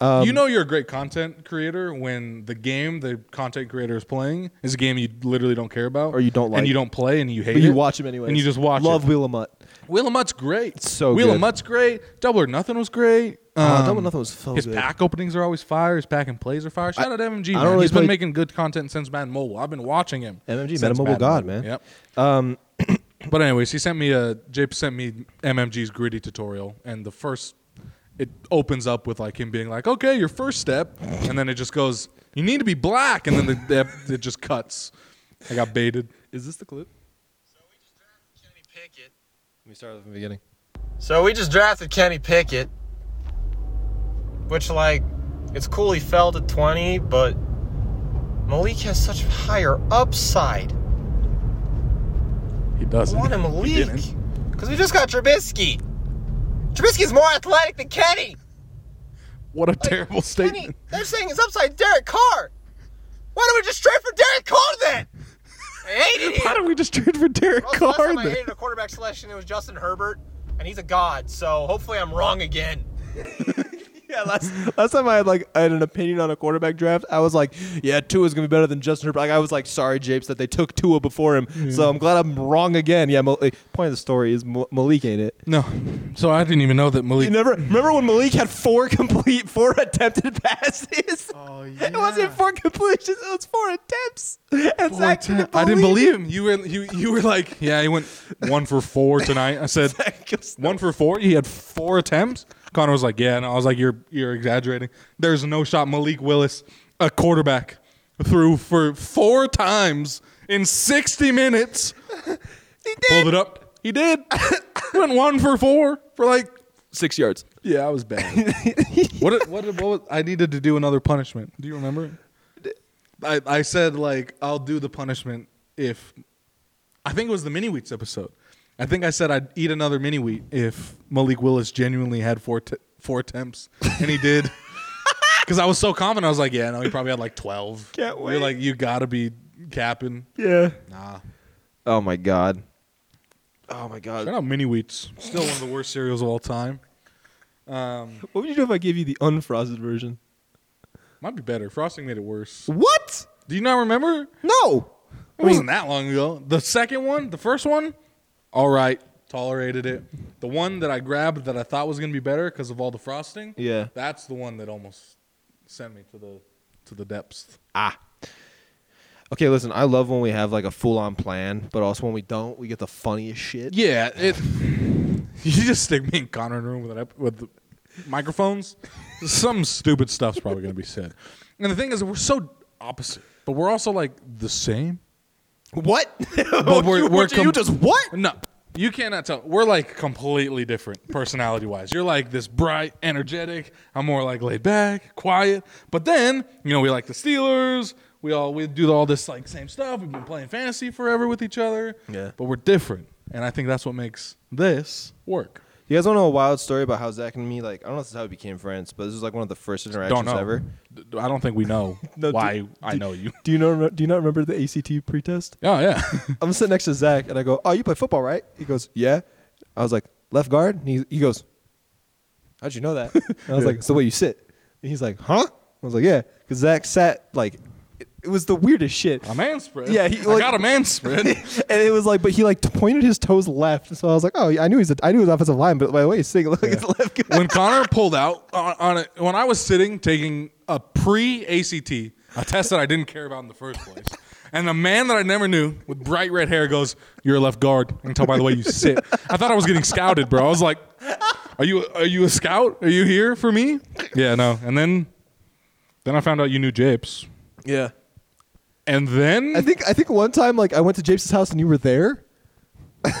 S3: Uh, you know you're a great content creator when the game the content creator is playing is a game you literally don't care about
S7: Or you don't like.
S3: and you don't play and you hate
S7: But
S3: it.
S7: you watch him anyway.
S3: and you just watch
S7: Love
S3: it.
S7: Willamut.
S3: Wheel of Mutt's great.
S7: so
S3: Wheel of
S7: good.
S3: Mutt's great. Double or Nothing was great. Um,
S7: Oh, Double or Nothing was so
S3: His
S7: good.
S3: pack openings are always fire. His pack and plays are fire. Shout out MMG.
S7: I
S3: man.
S7: don't really
S3: He's been
S7: play-
S3: making good content since Madden Mobile. I've been watching him.
S7: MMG,
S3: since
S7: Madden Mobile
S3: Madden
S7: God, man.
S3: Yep. Um, [coughs] but anyways, he sent me a Jape sent me MMG's gritty tutorial, and the first it opens up with like him being like, "Okay, your first step," and then it just goes, "You need to be black," and then the, the, it just cuts. I got baited.
S7: Is this the clip? Let me start from the beginning.
S6: So we just drafted Kenny Pickett, which like it's cool he fell to 20, but Malik has such higher upside.
S3: He
S6: I
S3: doesn't.
S6: want a
S3: He
S6: Malik
S3: didn't.
S6: because we just got Trubisky. Trubisky's more athletic than Kenny.
S3: What a terrible
S6: Kenny,
S3: statement.
S6: they're saying he's upside Derek Carr. Why don't we just trade for Derek Carr then? I hate it. here.
S7: Why don't we just trade for Derek
S6: Also, last
S7: Carr?
S6: time I hated a quarterback selection. It was Justin Herbert, and he's a god. So hopefully I'm wrong again.
S7: [laughs] Yeah, last last time I had like I had an opinion on a quarterback draft, I was like, yeah, Tua's gonna be better than Justin Herbert. Like, I was like, sorry, Japes, that they took Tua before him. So I'm glad I'm wrong again. Yeah, Mal- like, point of the story is Mal- Malik ain't it.
S3: No, so I didn't even know that Malik.
S7: You never remember when Malik had four [laughs] complete, four attempted passes. Oh yeah, [laughs] it wasn't four completions; it was four attempts. And
S3: Four
S7: Zach
S3: atten- I didn't
S7: [laughs]
S3: believe him. You were you, you were like, yeah, he went one for four tonight.
S6: [laughs]
S3: I said
S7: goes-
S3: one for four. He had four attempts. Connor was like, yeah, and I was like, you're you're exaggerating. There's no shot Malik Willis, a quarterback, threw for four times in 60
S6: [laughs]
S3: minutes. he did. Pulled it up. He did. went one for four for like
S7: six yards.
S3: yeah, I was
S7: [laughs]
S3: bad. what, did- what, did- what was, I needed to do another punishment. Do you remember? it? I, I said like I'll do the punishment if I think it was the mini wheats episode. I think I said I'd eat another mini wheat if Malik Willis genuinely had four t- four attempts, and he
S7: [laughs]
S3: did. Because I was so confident, I was like, "Yeah, no, he probably had like 12.
S7: Can't
S3: You're
S7: wait.
S3: like, "You gotta be capping."
S7: Yeah.
S3: Nah,
S7: Oh my god. Oh my god.
S3: shout out mini wheats. Still one of the worst cereals of all time.
S7: What would you do if I gave you the unfrosted version?
S3: Might be better. Frosting made it worse.
S7: What?
S3: Do you not remember?
S7: No.
S3: It wasn't that long ago. The second one, the first one, all right, tolerated it. The one that I grabbed that I thought was gonna be better because of all the frosting,
S7: Yeah.
S3: that's the one that almost sent me to the to the depths.
S7: Okay, listen, I love when we have like a full on plan, but also when we don't, we get the funniest shit.
S3: Yeah, it. [laughs] you just stick me in Connor in a room with an ep- with the microphones. Some stupid stuff's probably gonna be said. And the thing is, we're so opposite, but we're also like the same.
S7: [laughs] What?
S3: But we're-
S7: you,
S3: we're
S7: what do you
S3: com-
S7: just what?
S3: No, you cannot tell. We're like completely different personality wise. You're like this bright, energetic. I'm more like laid back, quiet. But then, you know, we like the Steelers. We all we do all this like same stuff. We've been playing fantasy forever with each other.
S7: Yeah.
S3: But we're different, and I think that's what makes this work.
S7: You guys want to know a wild story about how Zach and me like? I don't know if this is how we became friends, but this was like one of the first interactions
S3: Don't know.
S7: ever.
S3: D- I don't think we know
S7: [laughs] No, do-
S3: why I know you. [laughs]
S7: Do you know? Do you not remember the ACT pretest?
S3: Oh yeah. [laughs]
S7: I'm sitting next to Zach, and I go, "Oh, you play football, right?" He goes, "Yeah." I was like, "Left guard," and he, he goes, "How'd you know that?" And [laughs] I was like, "It's the way you sit." And he's like, "Huh?" I was like, "Yeah," because Zach sat like, it, it was the weirdest shit.
S3: a man spread.
S7: Yeah, he,
S3: I
S7: like-
S3: got a
S7: [laughs]
S3: man spread.
S7: and it was like, but he like pointed his toes left, so I was like, "Oh, yeah, I knew he's a, I knew he was offensive line, but by the way, he's sitting like it's left guard."
S3: when Connor pulled out on, on it, when I was sitting taking a pre ACT, a test that I didn't care about in the first place, and a man that I never knew with bright red hair goes, "You're a left guard." I can tell by the way you sit. I thought I was getting scouted, bro. I was like, "Are you are you a scout? Are you here for me?" Yeah, no. And then, then I found out you knew Japes,
S7: Yeah,
S3: and then
S7: I think I think one time like I went to Japes' house and you were there. [laughs]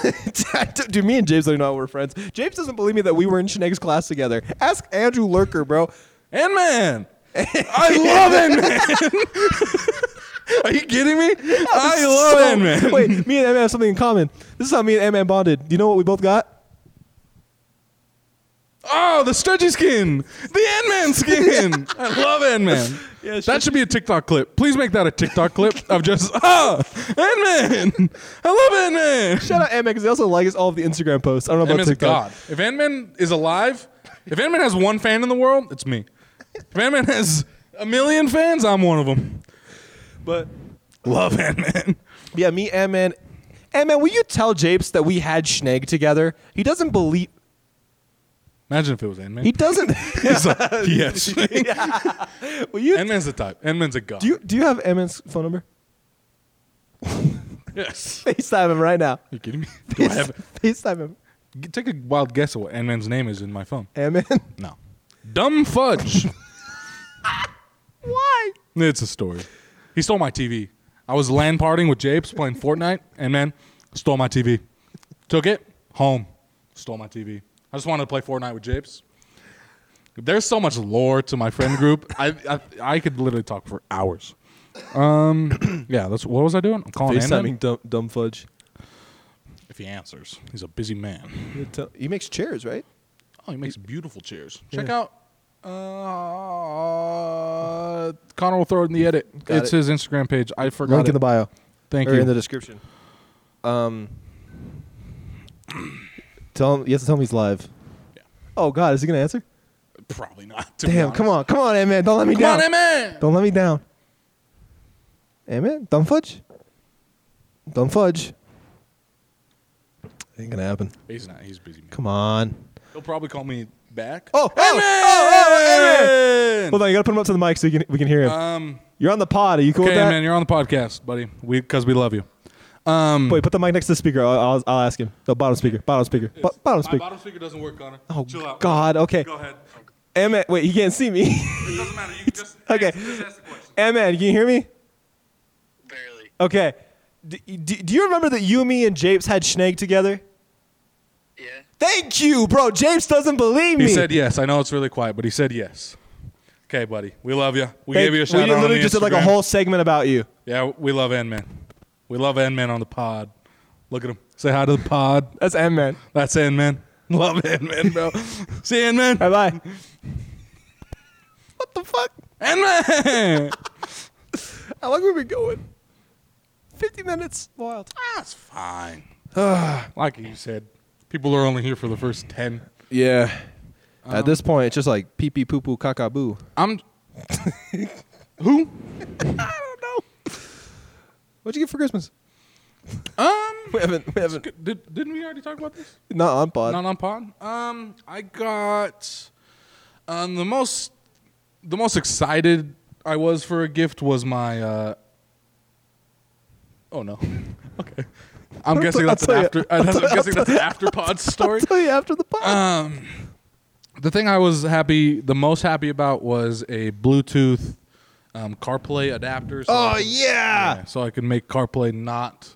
S7: Dude, me and James don't know how we're friends. James doesn't believe me that we were in Shnegg's class together. Ask Andrew Lurker, bro.
S3: and man. I love it, man. Are you kidding me? I love
S7: So-
S3: it, man.
S7: [laughs] Wait, me and M have something in common. This is how me and M bonded. Do you know what we both got?
S3: Oh, the stretchy skin, the Ant Man
S7: [laughs]
S3: skin. I love Ant Man.
S7: Yeah, sure.
S3: that should be a TikTok clip. Please make that a TikTok clip of just [laughs] ah Ant Man. I love Ant Man.
S7: Shout out M because they also like us all of the Instagram posts. I don't know
S3: Ant
S7: about
S3: Man's a
S7: TikTok.
S3: god. If Ant Man is alive, if Ant Man has one fan in the world, it's me. If Ant Man has a million fans, I'm one of them.
S7: But
S3: Love Ant Man.
S7: yeah, me and man, and man, will you tell Japes that we had Schnegg together? He doesn't believe.
S3: Imagine if it was Ant Man.
S7: He doesn't.
S3: [laughs]
S7: [laughs]
S3: He's like, yes.
S7: will you?
S3: Ant Man's the type. Ant Man's a god.
S7: do you do you have M's phone number? [laughs]
S3: yes. Are
S7: FaceTime him right now.
S3: you kidding me? Do I
S7: [laughs]
S3: have,
S7: FaceTime him.
S3: take a wild guess at what Ant Man's name is in my phone.
S7: Ant Man.
S3: No. Dumb fudge. [laughs]
S7: Why?
S3: it's a story. He stole my TV. I was land partying with Japes playing Fortnite, and man, stole my TV. Took it home. Stole my TV. I just wanted to play Fortnite with Japes. There's so much lore to my friend group. I, I I could literally talk for hours. Um, [clears throat] yeah. That's what was I doing? I'm calling Ant-Man.
S7: dumb, dumb fudge.
S3: If he answers, he's a busy man.
S7: He makes chairs, right?
S3: Oh, he makes beautiful chairs. Check out. Uh, Connor will throw it in the edit.
S7: Got
S3: it's
S7: it.
S3: his Instagram page. I forgot.
S7: Link
S3: it.
S7: in the bio
S3: Thank
S7: or
S3: you.
S7: in the description. Um, tell him you have to tell him he's live.
S3: Yeah.
S7: Oh God, is he gonna answer?
S3: Probably not. to be
S7: Damn,
S3: honest.
S7: come on, come on, Ant Man, don't let me
S3: Come
S7: down.
S3: on, Ant-Man.
S7: Don't let me down. Ant Man, don't fudge. Don't fudge. Ain't gonna happen.
S3: He's not. He's busy. Man.
S7: Come on.
S3: He'll probably call me back.
S7: Oh, oh, oh, oh, Ant-Man! Hold on, you gotta put him up to the mic so you can, we can hear him.
S3: Um,
S7: You're on the pod. Are you cool
S3: okay,
S7: with that?
S3: man, you're on the podcast, buddy. We because we love you. Um,
S7: Wait, put the mic next to the speaker. I'll, I'll, I'll ask him. No, bottom speaker. Bottom speaker. Bo- bottom
S3: my
S7: speaker.
S3: bottom speaker doesn't work, Connor.
S7: Oh,
S3: Chill out.
S7: God. Okay.
S3: Go ahead.
S7: Ant-Man, wait, he can't see me.
S3: It doesn't matter. You can
S7: [laughs]
S3: just
S7: Okay.
S3: ask- just ask the question.
S7: Ant-Man, can you hear me?
S8: Barely.
S7: Okay. Do, do, do you remember that you, me, and Japes had Snake together?
S8: Yeah.
S7: Thank you, bro. Japes doesn't believe me.
S3: He said yes. I know it's really quiet, but he said yes. Okay, buddy. We love you. We
S7: Thank-
S3: gave you a shout
S7: We
S3: out. on
S7: literally
S3: the
S7: just did like a
S3: Instagram.
S7: whole segment about you.
S3: Yeah, we love N Man. We love N Man on the pod. Look at him. Say hi to the pod.
S7: That's Ant-Man.
S3: That's N Man. [laughs] Love N Man, bro. [laughs] See N Man. [laughs]
S7: Bye-bye. what the fuck?
S3: N Man. [laughs]
S7: How long were we going? 50 minutes. Wild.
S3: That's fine. like you said, people are only here for the first ten.
S7: Yeah. At this point, it's just like pee pee poo poo caca boo.
S3: I'm. Who?
S7: What'd you get for Christmas?
S3: Um.
S7: [laughs] We haven't. We haven't.
S3: Did, didn't we already talk about this?
S7: [laughs] Not on pod.
S3: Not on pod. Um, I got um the most the most excited I was for a gift was my. uh Oh no. [laughs] Okay. I'm guessing that's
S7: I'll
S3: an
S7: tell
S3: after. Uh, that's, [laughs] I'm guessing that's an after pod story.
S7: [laughs] Tell you after the pod.
S3: Um, the thing I was happy, the most happy about was a Bluetooth um, CarPlay adapter. So I
S7: oh
S3: could-
S7: yeah.
S3: yeah, So I could make CarPlay not.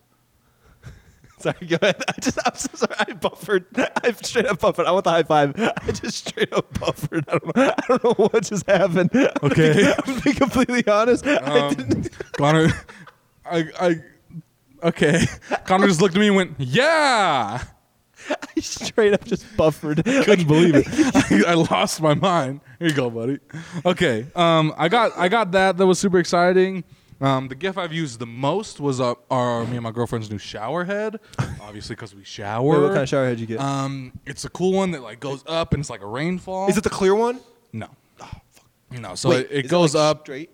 S7: Sorry, go ahead. I just, I'm so sorry. I buffered. I straight up buffered. I want the high five. I just straight up buffered. I don't know. I don't know what just happened. [laughs] I'm gonna be-
S3: Okay.
S7: I'm gonna be completely honest. [laughs] I
S3: Um,
S7: didn't.
S3: [laughs] Connor, I, I,
S7: [laughs]
S3: okay. Connor just looked at me and went, "Yeah."
S7: I straight up just buffered.
S3: Couldn't
S7: [laughs]
S3: believe it. [laughs] I, I lost my mind. Here you go, buddy. Okay. Um, I got I got that. That was super exciting. Um, the gift I've used the most was uh, our me and my girlfriend's new shower
S7: [laughs]
S3: head. Obviously, because we shower.
S7: Wait, what kind of shower head you get?
S3: Um, it's a cool one that like goes up and it's like a rainfall.
S7: Is it the clear one?
S3: no? No. So
S7: Wait,
S3: it, it
S7: is
S3: goes
S7: like,
S3: up.
S7: straight.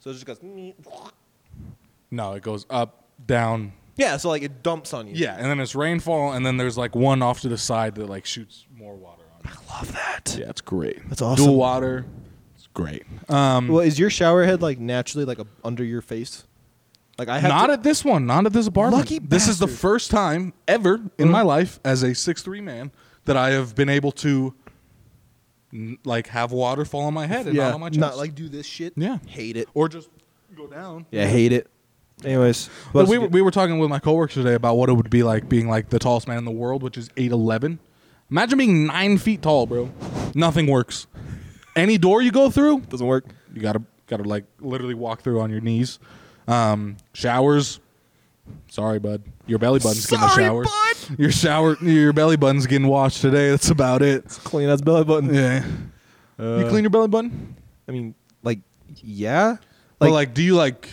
S7: So it just goes.
S3: No, it goes up, down,
S7: Yeah. So like it dumps on you.
S3: Yeah, and then it's rainfall, and then there's like one off to the side that like shoots more water on.
S7: I love that.
S3: Yeah, it's great.
S7: That's awesome.
S3: Dual water, it's great. Um,
S7: Well, is your shower head like naturally like a, under your face? Like I have
S3: not
S7: to-
S3: at this one, not at this apartment.
S7: Lucky
S3: this is the
S7: bastard. Mm-hmm.
S3: first time ever in my life as a six three man that I have been able to n- like have water fall on my head and
S7: yeah,
S3: not on my chest.
S7: not like do this shit.
S3: Yeah.
S7: hate it.
S3: or just go down.
S7: Yeah, hate it. Anyways,
S3: But we, were- we were talking with my coworkers today about what it would be like being like the tallest man in the world, which is eight eleven. Imagine being nine feet tall, bro. Nothing works. Any door you go through,
S7: doesn't work.
S3: you gotta gotta like literally walk through on your knees. Um, showers. Sorry, bud. Your belly button's getting
S7: Sorry,
S3: a shower.
S7: bud.
S3: Your shower, your belly button's getting washed today. That's about it.
S7: Clean that's belly button.
S3: Yeah.
S7: Uh,
S3: you clean your belly button?
S7: I mean, like, yeah.
S3: Like,
S7: Like,
S3: or like, do you like,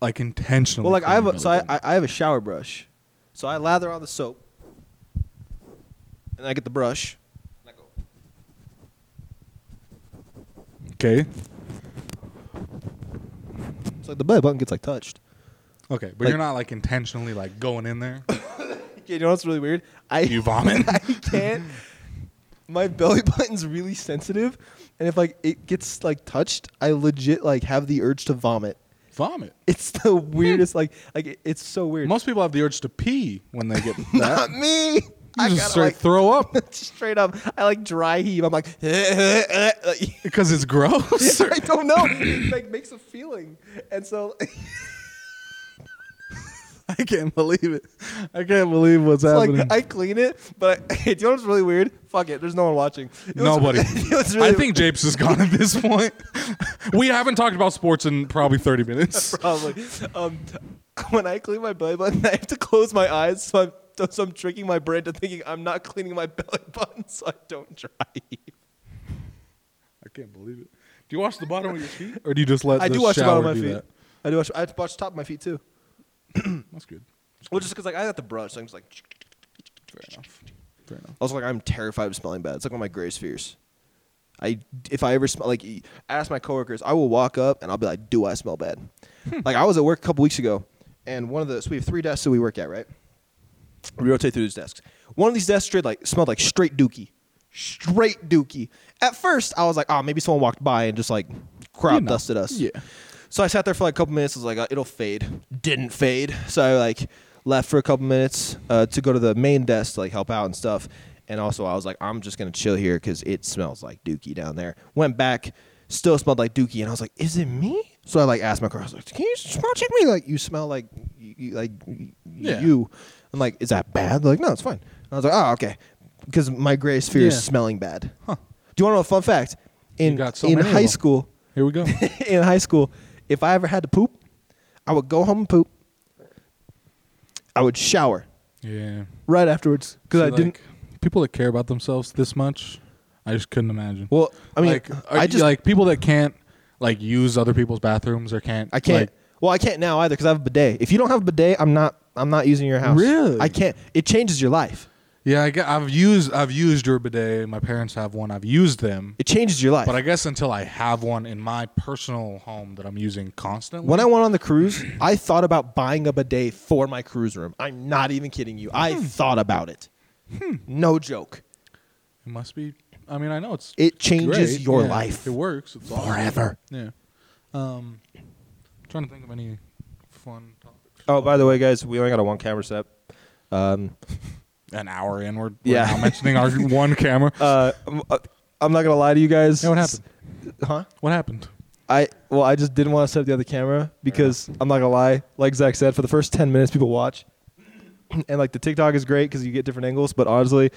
S3: like intentionally?
S7: well, like I
S3: clean
S7: have
S3: your
S7: a,
S3: belly
S7: so I,
S3: button?
S7: I I have a shower brush, so I lather on the soap, and I get the brush.
S3: okay,
S7: It's like the belly button gets like touched.
S3: okay, but
S7: Like-
S3: you're not like intentionally like going in
S7: [laughs]
S3: there.
S7: Yeah, you know what's really weird? I [laughs]
S3: You vomit?
S7: I can't. My belly [laughs] button's really sensitive, and if like it gets like touched, I legit like have the urge to vomit.
S3: Vomit.
S7: It's [laughs] the weirdest. like like it- it's so weird.
S3: Most people have the urge to pee when they get that.
S7: [laughs] Not me. [laughs]
S3: You
S7: I
S3: just
S7: gotta,
S3: straight
S7: like,
S3: throw up [laughs]
S7: straight up. I like dry heave. I'm like, [laughs] like,
S3: because it's
S7: [laughs]
S3: gross.
S7: I don't know. It, like makes a feeling, and so [laughs] it's
S3: [laughs] I can't believe it. I can't believe what's
S7: like
S3: happening.
S7: I clean it, but I, [laughs] you know what's really weird? Fuck it. There's no one watching. You know what's-
S3: [laughs]
S7: [laughs]
S3: Nobody.
S7: you know what's really
S3: I think Japes is gone at this [laughs] point. we haven't talked about sports in probably 30 [laughs] minutes.
S7: Probably. Um, [laughs] when I clean my belly button, [laughs] I have to close my eyes, so I'm so I'm tricking my brain to thinking I'm not cleaning my [laughs] belly button, so I don't dry. heave.
S3: I can't believe it. Do you wash the bottom of your feet, or do you just let?
S7: I
S3: the
S7: do watch the bottom
S3: shower
S7: of my
S3: do
S7: feet.
S3: that?
S7: I do watch. I watch the top of my feet too.
S3: That's good.
S7: Well, just because like I got the brush, so I'm just like.
S3: Fair enough. Fair enough.
S7: Also, like I'm terrified of smelling bad. It's like one of my greatest fears. I if I ever smell like e- ask my coworkers, I will walk up and I'll be like, "Do I smell bad?"
S3: Hmm.
S7: like I was at work a couple weeks ago, and one of the so we have three desks that we work at, right? We rotate through these desks. One of these desks straight like smelled like straight dookie, straight dookie. At first, I was like, "Oh, maybe someone walked by and just like crop
S3: know.
S7: dusted us."
S3: Yeah.
S7: So I sat there for like a couple minutes. I was like, uh, it'll fade. Didn't fade. So I like left for a couple minutes uh, to go to the main desk to like help out and stuff. And also I was like, I'm just gonna chill here because it smells like Dookie down there. Went back, still smelled like Dookie, and I was like, is it me? So I like asked my car. I was like, can you smell check me? Like you smell like you, you- like y-
S3: Yeah.
S7: you. I'm like, is that bad? They're like, no, it's fine. And I was like, oh okay, because my greatest fear
S3: Yeah.
S7: is smelling bad. Do you want to know a fun fact? In
S3: got so
S7: in
S3: many of
S7: high
S3: them.
S7: school,
S3: Here [laughs] we go.
S7: [laughs] in high school, if I ever had to poop, I would go home and poop. I would shower
S3: yeah.
S7: right afterwards because
S3: See,
S7: I
S3: like,
S7: didn't.
S3: People that care about themselves this much, I just couldn't imagine.
S7: Well, I mean,
S3: like, are
S7: I
S3: you-
S7: just
S3: like people that can't like use other people's bathrooms or can't.
S7: I can't.
S3: like-
S7: well, I can't now either because I have a bidet. If you don't have a bidet, I'm not. I'm not using your house.
S3: Really?
S7: I can't. It changes your life.
S3: yeah, I, have used I've used your bidet. My parents have one. I've used them,
S7: It changes your life.
S3: but I guess until I have one in my personal home that I'm using constantly.
S7: when I went on the cruise, I thought about buying a bidet for my cruise room. I'm not even kidding you. I
S3: Hmm.
S7: thought about it. No joke.
S3: it must be. I mean, I know it's
S7: It changes
S3: great,
S7: your
S3: yeah,
S7: life
S3: It works. It's awesome.
S7: forever.
S3: Yeah. Um, trying to think of any fun topics.
S9: Oh, by the way, guys, we only got a one camera set. Um,
S3: An hour in, we're,
S7: Yeah.
S3: yeah. mentioning [laughs] our one camera.
S7: Uh, I'm- uh, I'm not gonna lie to you guys.
S3: Yeah, what happened?
S7: Huh?
S3: What happened?
S7: I well, I just didn't want to set up the other camera because I'm not gonna lie. Like Zach said, for the first ten minutes, people watch, [clears throat] and like the TikTok is great because you get different angles. But honestly,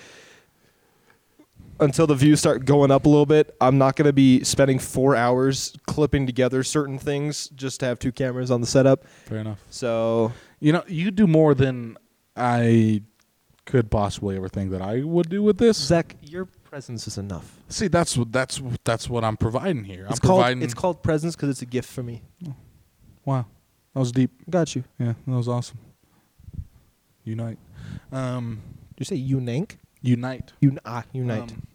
S7: until the views start going up a little bit, I'm not gonna be spending four hours clipping together certain things just to have two cameras on the setup.
S3: Fair enough.
S7: So
S3: You know, you do more than I could possibly ever think that I would do with this.
S7: Zach, your presence is enough.
S3: See, that's what that's that's what I'm providing here.
S7: It's
S3: I'm
S7: called
S3: providing.
S7: it's called presence because it's a gift for me.
S3: Wow, that was deep.
S7: Got you.
S3: Yeah, that was awesome. Unite, um,
S7: Did you say unank?
S3: unite,
S7: Un- ah, unite.
S3: Um,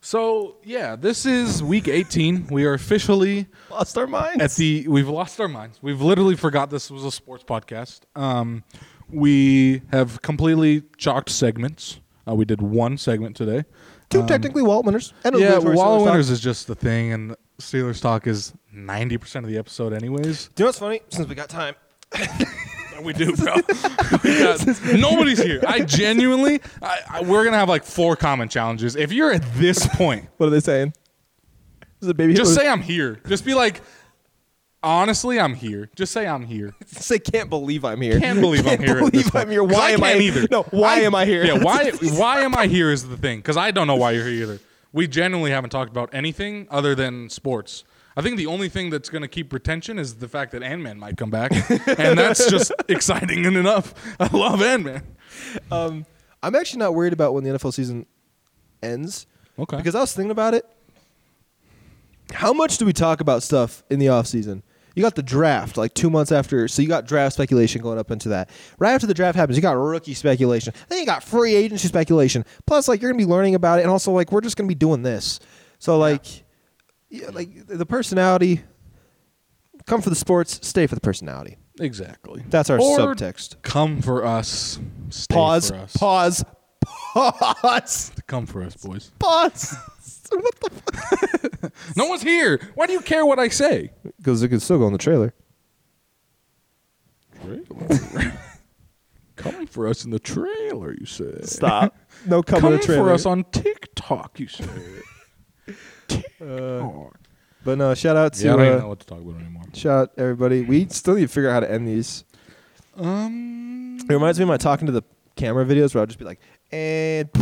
S3: so yeah, this is week 18. We are officially
S7: Lost our minds.
S3: at the we've lost our minds. We've literally forgot this was a sports podcast. Um, we have completely chalked segments. Uh, we did one segment today.
S7: Two technically wall winners. And a
S3: Um, Yeah,
S7: obligatory
S3: Wall
S7: Steelers
S3: of
S7: talk.
S3: Winners is just the thing, and Steelers talk is ninety percent of the episode, anyways.
S7: Do you know what's funny? Since we got time,
S3: [laughs] we do, bro. nobody's here. I genuinely, I, I, we're gonna have like four comment challenges. If you're at this point,
S7: what are they saying? Is [laughs] it baby?
S3: just
S7: what-
S3: say I'm here. Just be like, honestly, I'm here. Just say I'm here.
S7: say [laughs] can't believe I'm here.
S3: Can't believe
S7: [laughs]
S3: I'm here. at
S7: believe
S3: this
S7: I'm
S3: point.
S7: here.
S3: 'Cause
S7: Why am I-
S3: can't either?
S7: No, why am I here?
S3: Yeah,
S7: [laughs]
S3: why why am I here is the thing because I don't know why you're here either. We genuinely haven't talked about anything other than sports. I think the only thing that's going to keep retention is the fact that Ant Man might come
S7: [laughs]
S3: back, and that's just exciting and enough. I love Ant Man.
S7: I'm actually not worried about when the NFL season ends.
S3: Okay.
S7: Because I was thinking about it. How much do we talk about stuff in the offseason? You got the draft like two months after, so you got draft speculation going up into that. Right after the draft happens, you got rookie speculation. Then you got free agency speculation. Plus, like you're gonna be learning about it, and also like we're just gonna be doing this. So like, yeah, like the personality. Come for the sports, stay for the personality.
S3: Exactly.
S7: That's our
S3: Or
S7: subtext.
S3: Come for us. Stay
S7: Pause.
S3: For us.
S7: Pause. Pause. [laughs]
S3: Come for us, boys.
S7: Pause. what the fuck?
S3: No one's here. Why do you care what I say?
S7: Because it could still go in the trailer.
S3: Coming for us in the trailer, you said.
S7: Stop. [laughs] No come in
S3: Coming
S7: the trailer.
S3: for us on TikTok, you
S7: [laughs]
S3: said.
S7: but no, shout out Uh, to
S3: Yeah, I don't even know
S7: uh,
S3: what to talk about anymore.
S7: shout out everybody. We still need to figure out how to end these.
S3: Um,
S7: It reminds me of my talking to the camera videos where I'll just be like, and